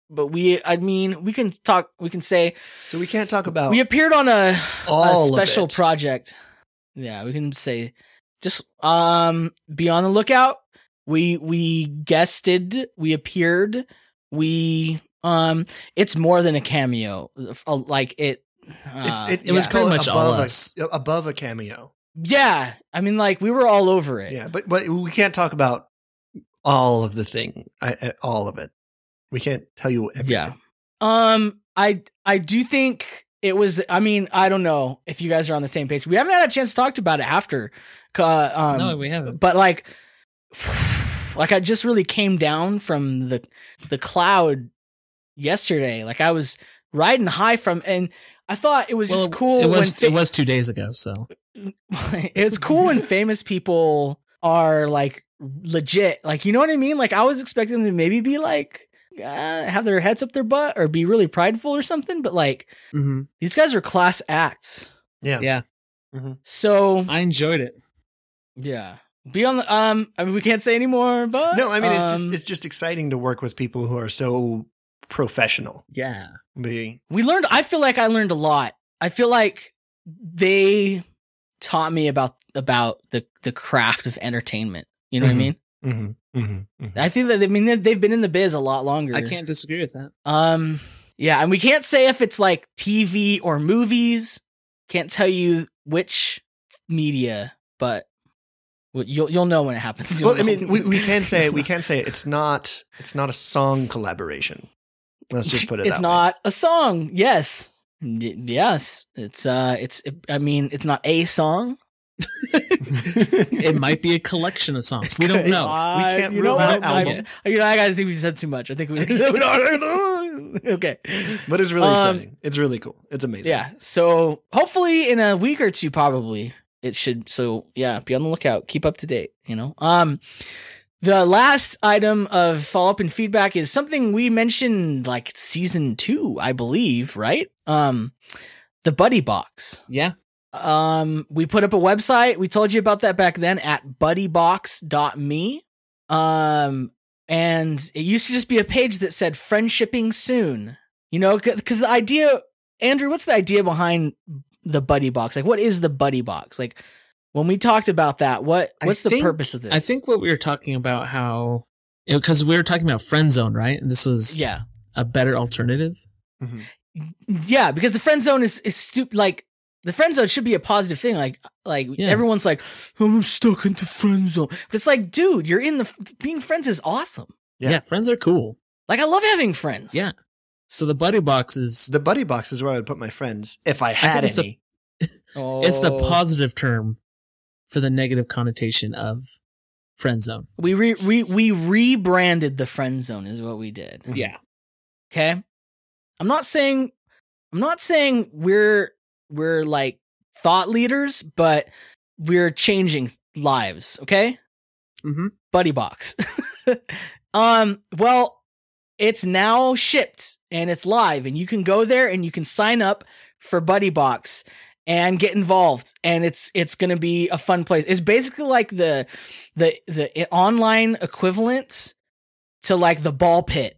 C: But we, I mean, we can talk. We can say
A: So we can't talk about
C: we appeared on a, a
A: all of
C: special
A: it.
C: project. Yeah, we can say just um be on the lookout. We we guested, we appeared, we um it's more than a cameo. Uh, Like it uh,
A: It's, it,
C: yeah.
A: it was
B: pretty
A: called
B: much all
A: above
B: us.
A: a, uh, above a cameo.
C: Yeah, I mean like we were all over it.
A: Yeah, but but we can't talk about all of the thing, I, I, all of it. We can't tell you everything.
C: Yeah. Um, I I do think it was. I mean, I don't know if you guys are on the same page. We haven't had a chance to talk about it after. Uh, um,
B: no, we haven't.
C: but like like i just really came down from the the cloud yesterday like i was riding high from and i thought it was
B: Well,
C: just cool
B: it was
C: when
B: it was two days ago. So
C: it's cool when famous people are like legit like you know what i mean like i was expecting them to maybe be like uh, have their heads up their butt or be really prideful or something but like
B: mm-hmm.
C: these guys are class acts
A: Yeah. Mm-hmm.
B: yeah,
C: so
B: I enjoyed it.
C: yeah Be on the um. I mean, we can't say anymore, but
A: No, I mean it's just
C: um,
A: it's just exciting to work with people who are so professional.
B: Yeah.
A: Be
C: we learned. I feel like I learned a lot. I feel like they taught me about about the the craft of entertainment. You know
A: Mhm.
C: what I mean?
A: mm-hmm, mm-hmm,
C: I think that I mean they- they've been in the biz a lot longer.
B: I can't disagree with that.
C: Um, yeah, and we can't say if it's like TV or movies. Can't tell you which media, but well, you'll you'll know when it happens. You'll
A: Well, I
C: know.
A: mean we, we can say we can say it's not it's not a song collaboration. Let's just put it. that
C: it's not a song. Yes, Y- yes, it's uh, it's I mean, it's not a song.
A: Way.
B: It might be a collection of songs. We don't
A: Could-
B: know.
A: we
C: Uh,
A: can't
C: you
A: rule
C: know
A: out
C: what? I-
A: albums,
C: You know, I guys think we said too much. I think we. okay.
A: but it's really
C: Um,
A: exciting. It's really cool. It's amazing.
C: Yeah. So hopefully in a week or two, probably it should. So yeah, be on the lookout. Keep up to date. You know. Um, the last item of follow up and feedback is something we mentioned like season two, I believe. Right. Um, the buddy box.
B: Yeah.
C: Um, we put up a website. We told you about that back then at buddybox.me. Um, and it used to just be a page that said friendshipping soon, you know, because the idea, Andrew, what's the idea behind the buddy box? Like, what is the buddy box? Like, when we talked about that, what
B: I
C: what's the
B: think-
C: purpose of this?
B: I think what we were talking about how because we were talking about friend zone, right? And this was
C: yeah,
B: a better alternative.
C: yeah, because the friend zone is is stupid. Like, the friend zone should be a positive thing. Like, like
B: Yeah.
C: everyone's like, I'm stuck in the friend zone, but it's like, dude, you're in the being friends is awesome.
A: Yeah.
B: Yeah. friends are cool.
C: Like I love having friends.
B: Yeah. So the buddy box is
A: The buddy box is where I would put my friends if I
B: think
A: had
B: it's the-
A: any.
C: Oh.
B: it's the positive term for the negative connotation of friend zone.
C: we re, re we rebranded the friend zone is what we did.
A: Mhm.
B: Yeah.
C: Okay? I'm not saying I'm not saying we're we're like thought leaders, but we're changing lives, okay?
B: Mhm.
C: Buddy box. um well, it's now shipped and it's live and you can go there and you can sign up for buddy box and get involved and it's it's going to be a fun place it's basically like the the the i- online equivalent to like the ball pit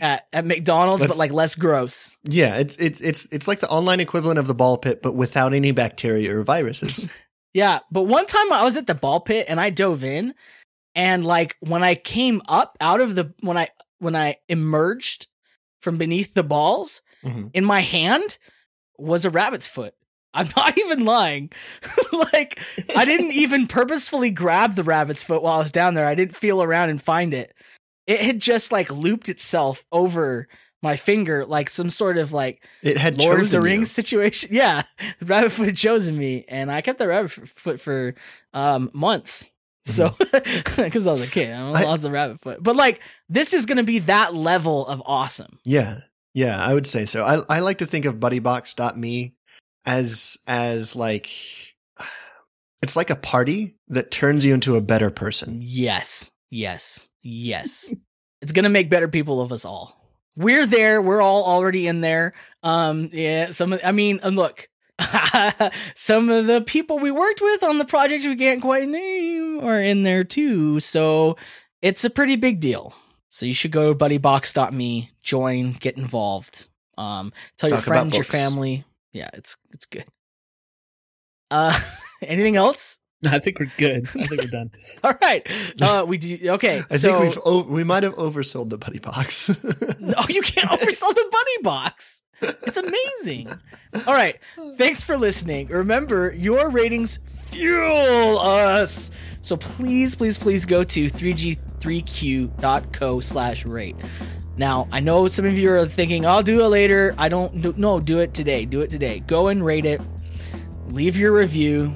C: at, at mcdonald's but
A: That's-
C: like less gross
A: Yeah, it's it's it's it's like the online equivalent of the ball pit, but without any bacteria or viruses.
C: yeah but one time i was at the ball pit and i dove in and like when i came up out of the when i when i emerged from beneath the balls
A: Mhm.
C: in my hand was a rabbit's foot. I'm not even lying. like I didn't even purposefully grab the rabbit's foot while I was down there. I didn't feel around and find it. It had just like looped itself over my finger like some sort of like
A: It had
C: Lord of
A: chosen
C: the
A: you.
C: Rings situation. Yeah. The rabbit foot had chosen me and I kept that rabbit f- foot for um months. So, because I was a kid, I
A: Mm-hmm. I-
C: lost the rabbit foot. But like, this is going to be that level of awesome.
A: Yeah. Yeah, I would say so. I I like to think of buddybox.me as as like it's like a party that turns you into a better person.
C: Yes, yes, yes. it's gonna make better people of us all. We're there. We're all already in there. Um, yeah. Some. of- I mean, and look, some of the people we worked with on the project we can't quite name are in there too. So it's a pretty big deal. So you should go to buddybox.me, join, get involved. Um, tell your
A: Talk about
C: friends, your
A: books.
C: family. Yeah, it's it's good. Uh, anything else?
B: I think we're good. I think we're done.
C: All right. Uh, we do. Okay.
A: I
C: so,
A: think we've o we might have oversold the buddy box.
C: No, you can't oversell the bunny box. It's amazing. All right. Thanks for listening. Remember, your ratings fuel us. So please, please, please go to 3g3q.co slash rate. Now, I know some of you are thinking, I'll do it later. I don't do, no, do it today. Do it today. Go and rate it. Leave your review.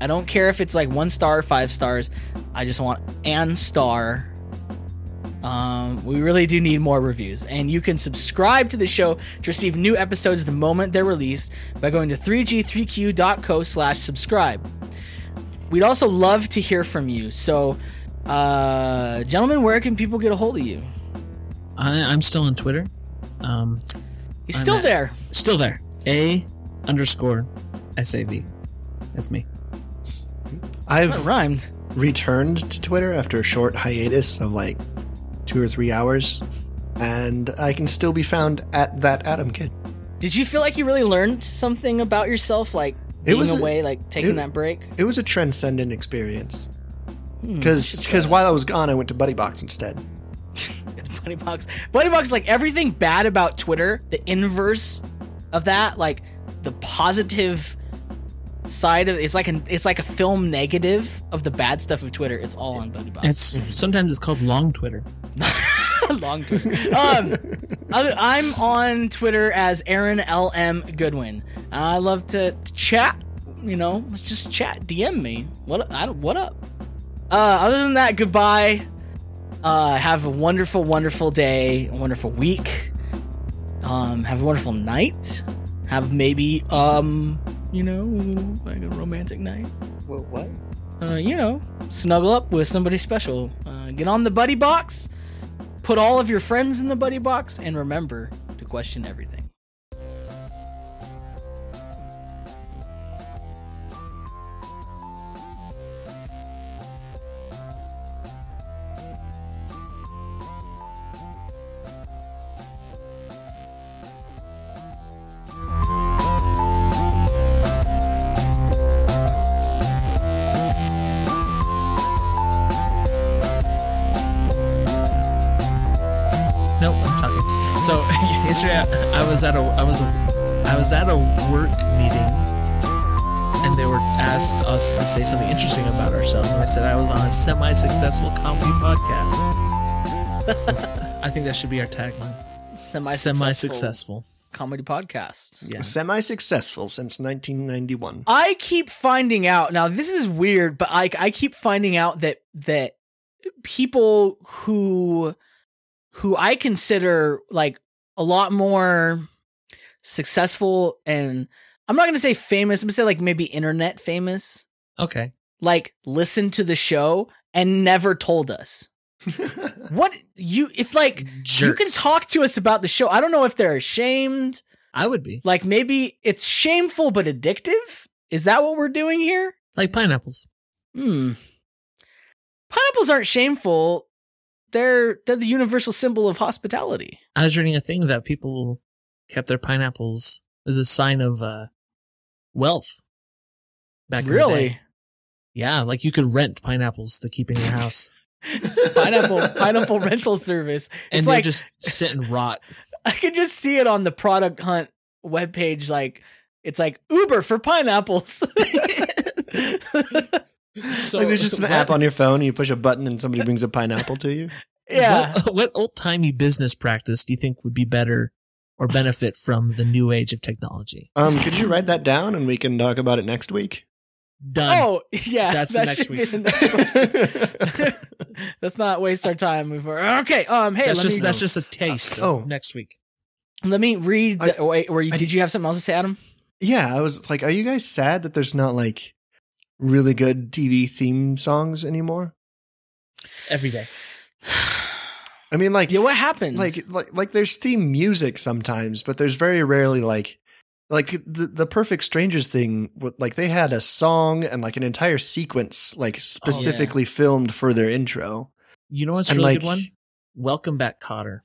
C: I don't care if it's like one star or five stars. I just want an star. Um, we really do need more reviews. And you can subscribe to the show to receive new episodes the moment they're released by going to 3g3q.co slash subscribe. We'd also love to hear from you. So, uh, gentlemen, where can people get a hold of you?
B: I, I'm still on Twitter. Um,
C: He's
B: I'm
C: still
B: at-
C: there.
B: still there. A underscore S A V. That's me.
C: That
A: I've
C: rhymed.
A: returned to Twitter after a short hiatus of like two or three hours, and I can still be found at that Adam Kid.
C: Did you feel like you really learned something about yourself, like
A: It
C: being
A: was a-
C: away, like taking
A: it-
C: that break?
A: It was a transcendent experience
C: Hmm, I should
A: because
C: try that.
A: while I was gone, I went to Buddy Box instead.
C: It's Bunny Box. Bunny Box, is like everything bad about Twitter, the inverse of that, like the positive side of it's like an it's like a film negative of the bad stuff of Twitter. It's all on Bunny Box.
B: It's sometimes it's called long Twitter.
C: long Twitter. Um, other- I'm on Twitter as Aaron L M Goodwin. I love to, to chat. You know, let's just chat. DM me. What? I don't. What up? Uh, other than that, goodbye. Uh, have a wonderful, wonderful day. A wonderful week. Um, have a wonderful night. Have maybe um, you know, like a romantic night.
B: What? what?
C: Uh, you know, snuggle up with somebody special. Uh, get on the buddy box. Put all of your friends in the buddy box, and remember to question everything.
B: Nope, I'm talking. So yesterday I I was at a I was a, I was at a work meeting and they were asked us to say something interesting about ourselves and I said I was on a semi-successful comedy podcast. So I think that should be our tagline. Semi-successful.
C: comedy podcast.
B: Yeah.
A: Semi successful since 1991.
C: I keep finding out now. This is weird, but I I keep finding out that that people who who I consider like a lot more successful and I'm not gonna say famous. I'm gonna say like maybe internet famous.
B: Okay.
C: like listened to the show and never told us. What you if like you can
B: Jerks.
C: talk to us about the show. I don't know if they're ashamed.
B: I would be.
C: Like maybe it's shameful but addictive. Is that what we're doing here?
B: Like pineapples.
C: Hmm. Pineapples aren't shameful. They're they're the universal symbol of hospitality.
B: I was reading a thing that people kept their pineapples as a sign of uh, wealth. Back in the day.
C: really?
B: Yeah, like you could rent pineapples to keep in your house.
C: Pineapple pineapple rental service.
B: and
C: It's
B: they
C: like-
B: just sit and rot.
C: I can just see it on the product hunt webpage like it's like Uber for pineapples.
B: So
A: like there's just an
B: what-
A: app on your phone, you push a button, and somebody brings a pineapple to you.
C: yeah.
B: uh, What, what old timey business practice do you think would be better or benefit from the new age of technology?
A: Um, could you write that down and we can talk about it next week?
B: Done.
C: Oh, yeah.
B: Um, That's the
C: that
B: next
C: should be
B: week.
C: the next- Let's not waste our time. We've okay. Um. Hey,
B: that's
C: let
B: just
C: me
B: that's just a taste.
A: Uh,
B: of
A: oh.
B: next week.
C: let me read.
A: I-
C: The, oh, wait, were you,
A: I-
C: did you have something else to say, Adam?
A: yeah, I was like, are you guys sad that there's not like really good TV theme songs anymore?
B: Every day.
A: I mean, like,
C: Yeah. What happened?
A: like, like, like there's theme music sometimes, but there's very rarely like, like the the Perfect Strangers thing. w- Like they had a song and like an entire sequence,
C: Oh,
A: like specifically filmed for their intro.
B: You know what's a
A: And,
B: really
A: like-
B: good one? Welcome back, Cotter.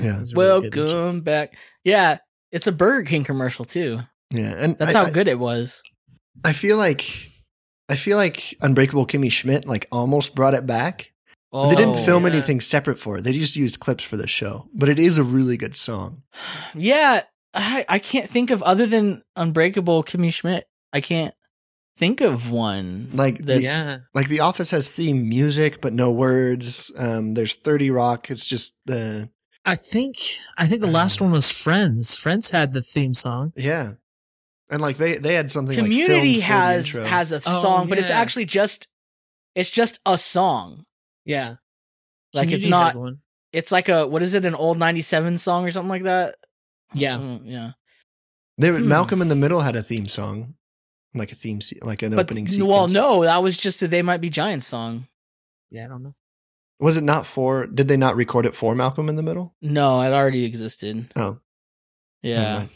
A: Yeah,
B: That's a really good intro.
C: welcome back. Yeah. It's a Burger King commercial too.
A: yeah, and
C: That's
A: I-
C: how good it was.
A: I feel like I feel like Unbreakable Kimmy Schmidt like almost brought it back. But they didn't
C: Oh.
A: film
B: yeah.
A: anything separate for it. They just used clips for the show. But it is a really good song.
C: Yeah, I, I can't think of other than Unbreakable Kimmy Schmidt. I can't think of one.
A: Like this,
C: That's-
B: Yeah.
A: like The Office has theme music but no words. Um, there's 30 Rock. It's just the
B: I think I think the last one was Friends. Friends had the theme song.
A: yeah. And like they they had something like filmed
C: Community
A: for the
C: has
A: intro.
C: has a
B: Oh,
C: song, but it's
B: yeah.
C: actually just it's just a song.
B: Yeah.
C: Like, it's
B: Community
C: not-
B: has one.
C: It's like a what is it an old 97 song or something like that?
B: Yeah.
C: Mm, yeah.
A: They-
C: Hmm.
A: Malcolm in the Middle had a theme song. Like a theme se- like an
C: but
A: opening
C: n-
A: sequence.
C: well, no, that was just a They Might Be Giants song.
B: Yeah, I don't know.
A: Was it not for did they not record it for Malcolm in the Middle?
C: No, it already existed.
A: Oh.
C: Yeah.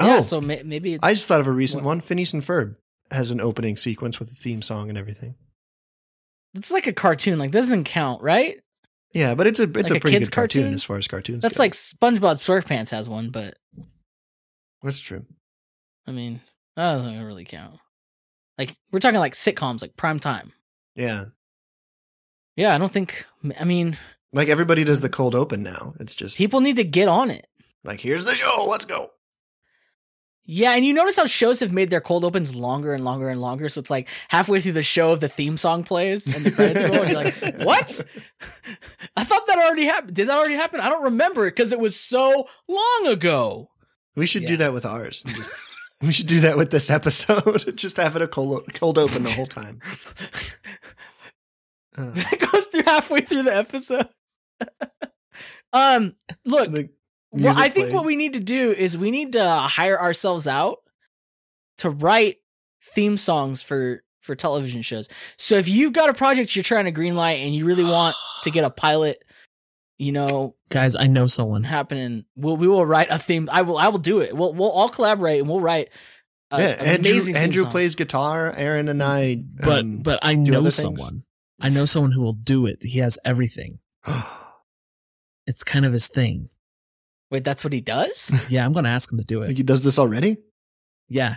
A: Oh,
C: Yeah, so may- maybe it's
A: I just thought of a recent
C: What?
A: one, Phineas and Ferb. has an opening sequence with a theme song and everything.
C: It's like a cartoon. Like this doesn't count, right?
A: Yeah, but it's a it's
C: Like
A: a
C: a
A: pretty
C: kid's
A: good cartoon,
C: cartoon?
A: as far as cartoons.
C: That's
A: go.
C: like SpongeBob SquarePants has one, but
A: that's true.
C: I mean that doesn't really count. Like we're talking like sitcoms, like prime time.
A: Yeah,
C: Yeah, I don't think. I mean,
A: like everybody does the cold open now. It's just
C: people need to get on it.
A: like here's the show. Let's go.
C: Yeah, and you notice how shows have made their cold opens longer and longer and longer. So it's like halfway through the show, the theme song plays and the credits roll, and you're like, "What? I thought that already happened. Did that already happen? I don't remember it because it was so long ago."
A: We should do
B: Yeah.
A: that with ours. and just- we should do that with this episode. just have it a cold cold open the whole time. Uh,
C: That goes through halfway through the episode. um, look,
A: the
C: well, I
A: music
C: think
A: played.
C: what we need to do is we need to hire ourselves out to write theme songs for for television shows. So if you've got a project you're trying to greenlight and you really want to get a pilot, you know,
B: Guys, I know someone.
C: happening, we'll, we will write a theme. I will I will do it. We'll we'll all collaborate and we'll write. A,
A: yeah,
C: uh, an
A: Andrew,
C: amazing theme
A: Andrew
C: song.
A: plays guitar. Aaron and I,
B: But
A: um,
B: but I
A: do
B: know
A: other things?
B: someone. I know someone who will do it. He has everything. It's kind of his thing.
C: Wait, that's what he does.
B: Yeah, I'm gonna ask him to do
A: think
B: it.
A: he does this already.
B: Yeah,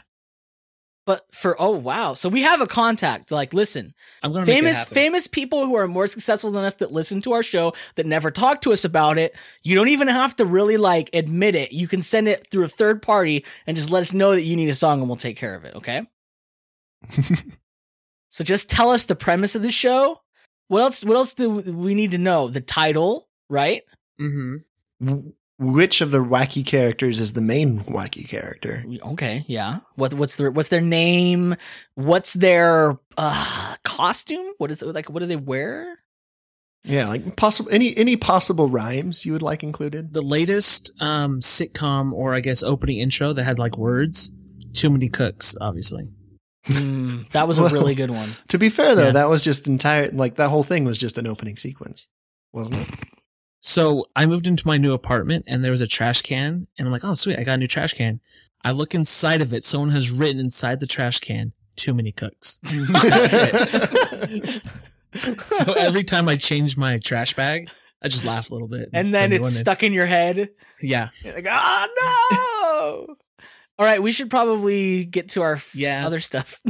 C: But for oh wow, so we have a contact. Like, listen,
B: I'm gonna make it
C: famous
B: happen.
C: famous people who are more successful than us that listen to our show that never talk to us about it you don't even have to really like admit it you can send it through a third party and just let us know that you need a song and we'll take care of it okay so just tell us the premise of the show what else what else do we need to know the title right
B: Mhm.
A: W- Which of the wacky characters is the main wacky character?
C: okay yeah what what's their what's their name what's their uh costume what is it like what do they wear
A: Yeah, like possible any any possible rhymes you would like included.
B: The latest um, sitcom or I guess opening intro that had like words. Too many cooks, obviously.
C: Hmm, that was a
A: Well,
C: really good one
A: To be fair though,
B: Yeah.
A: that was just entire like that whole thing was just an opening sequence, wasn't it?
B: So I moved into my new apartment and there was a trash can and I'm like, oh sweet, I got a new trash can. I look inside of it. Someone has written inside the trash can, too many cooks. so every time I change my trash bag, I just laugh a little bit.
C: and then
B: I'm
C: it's
B: doing it.
C: stuck in your head.
B: Yeah.
C: You're like, "Ah, oh no! All right, we should probably get to our f-
B: Yeah.
C: other stuff.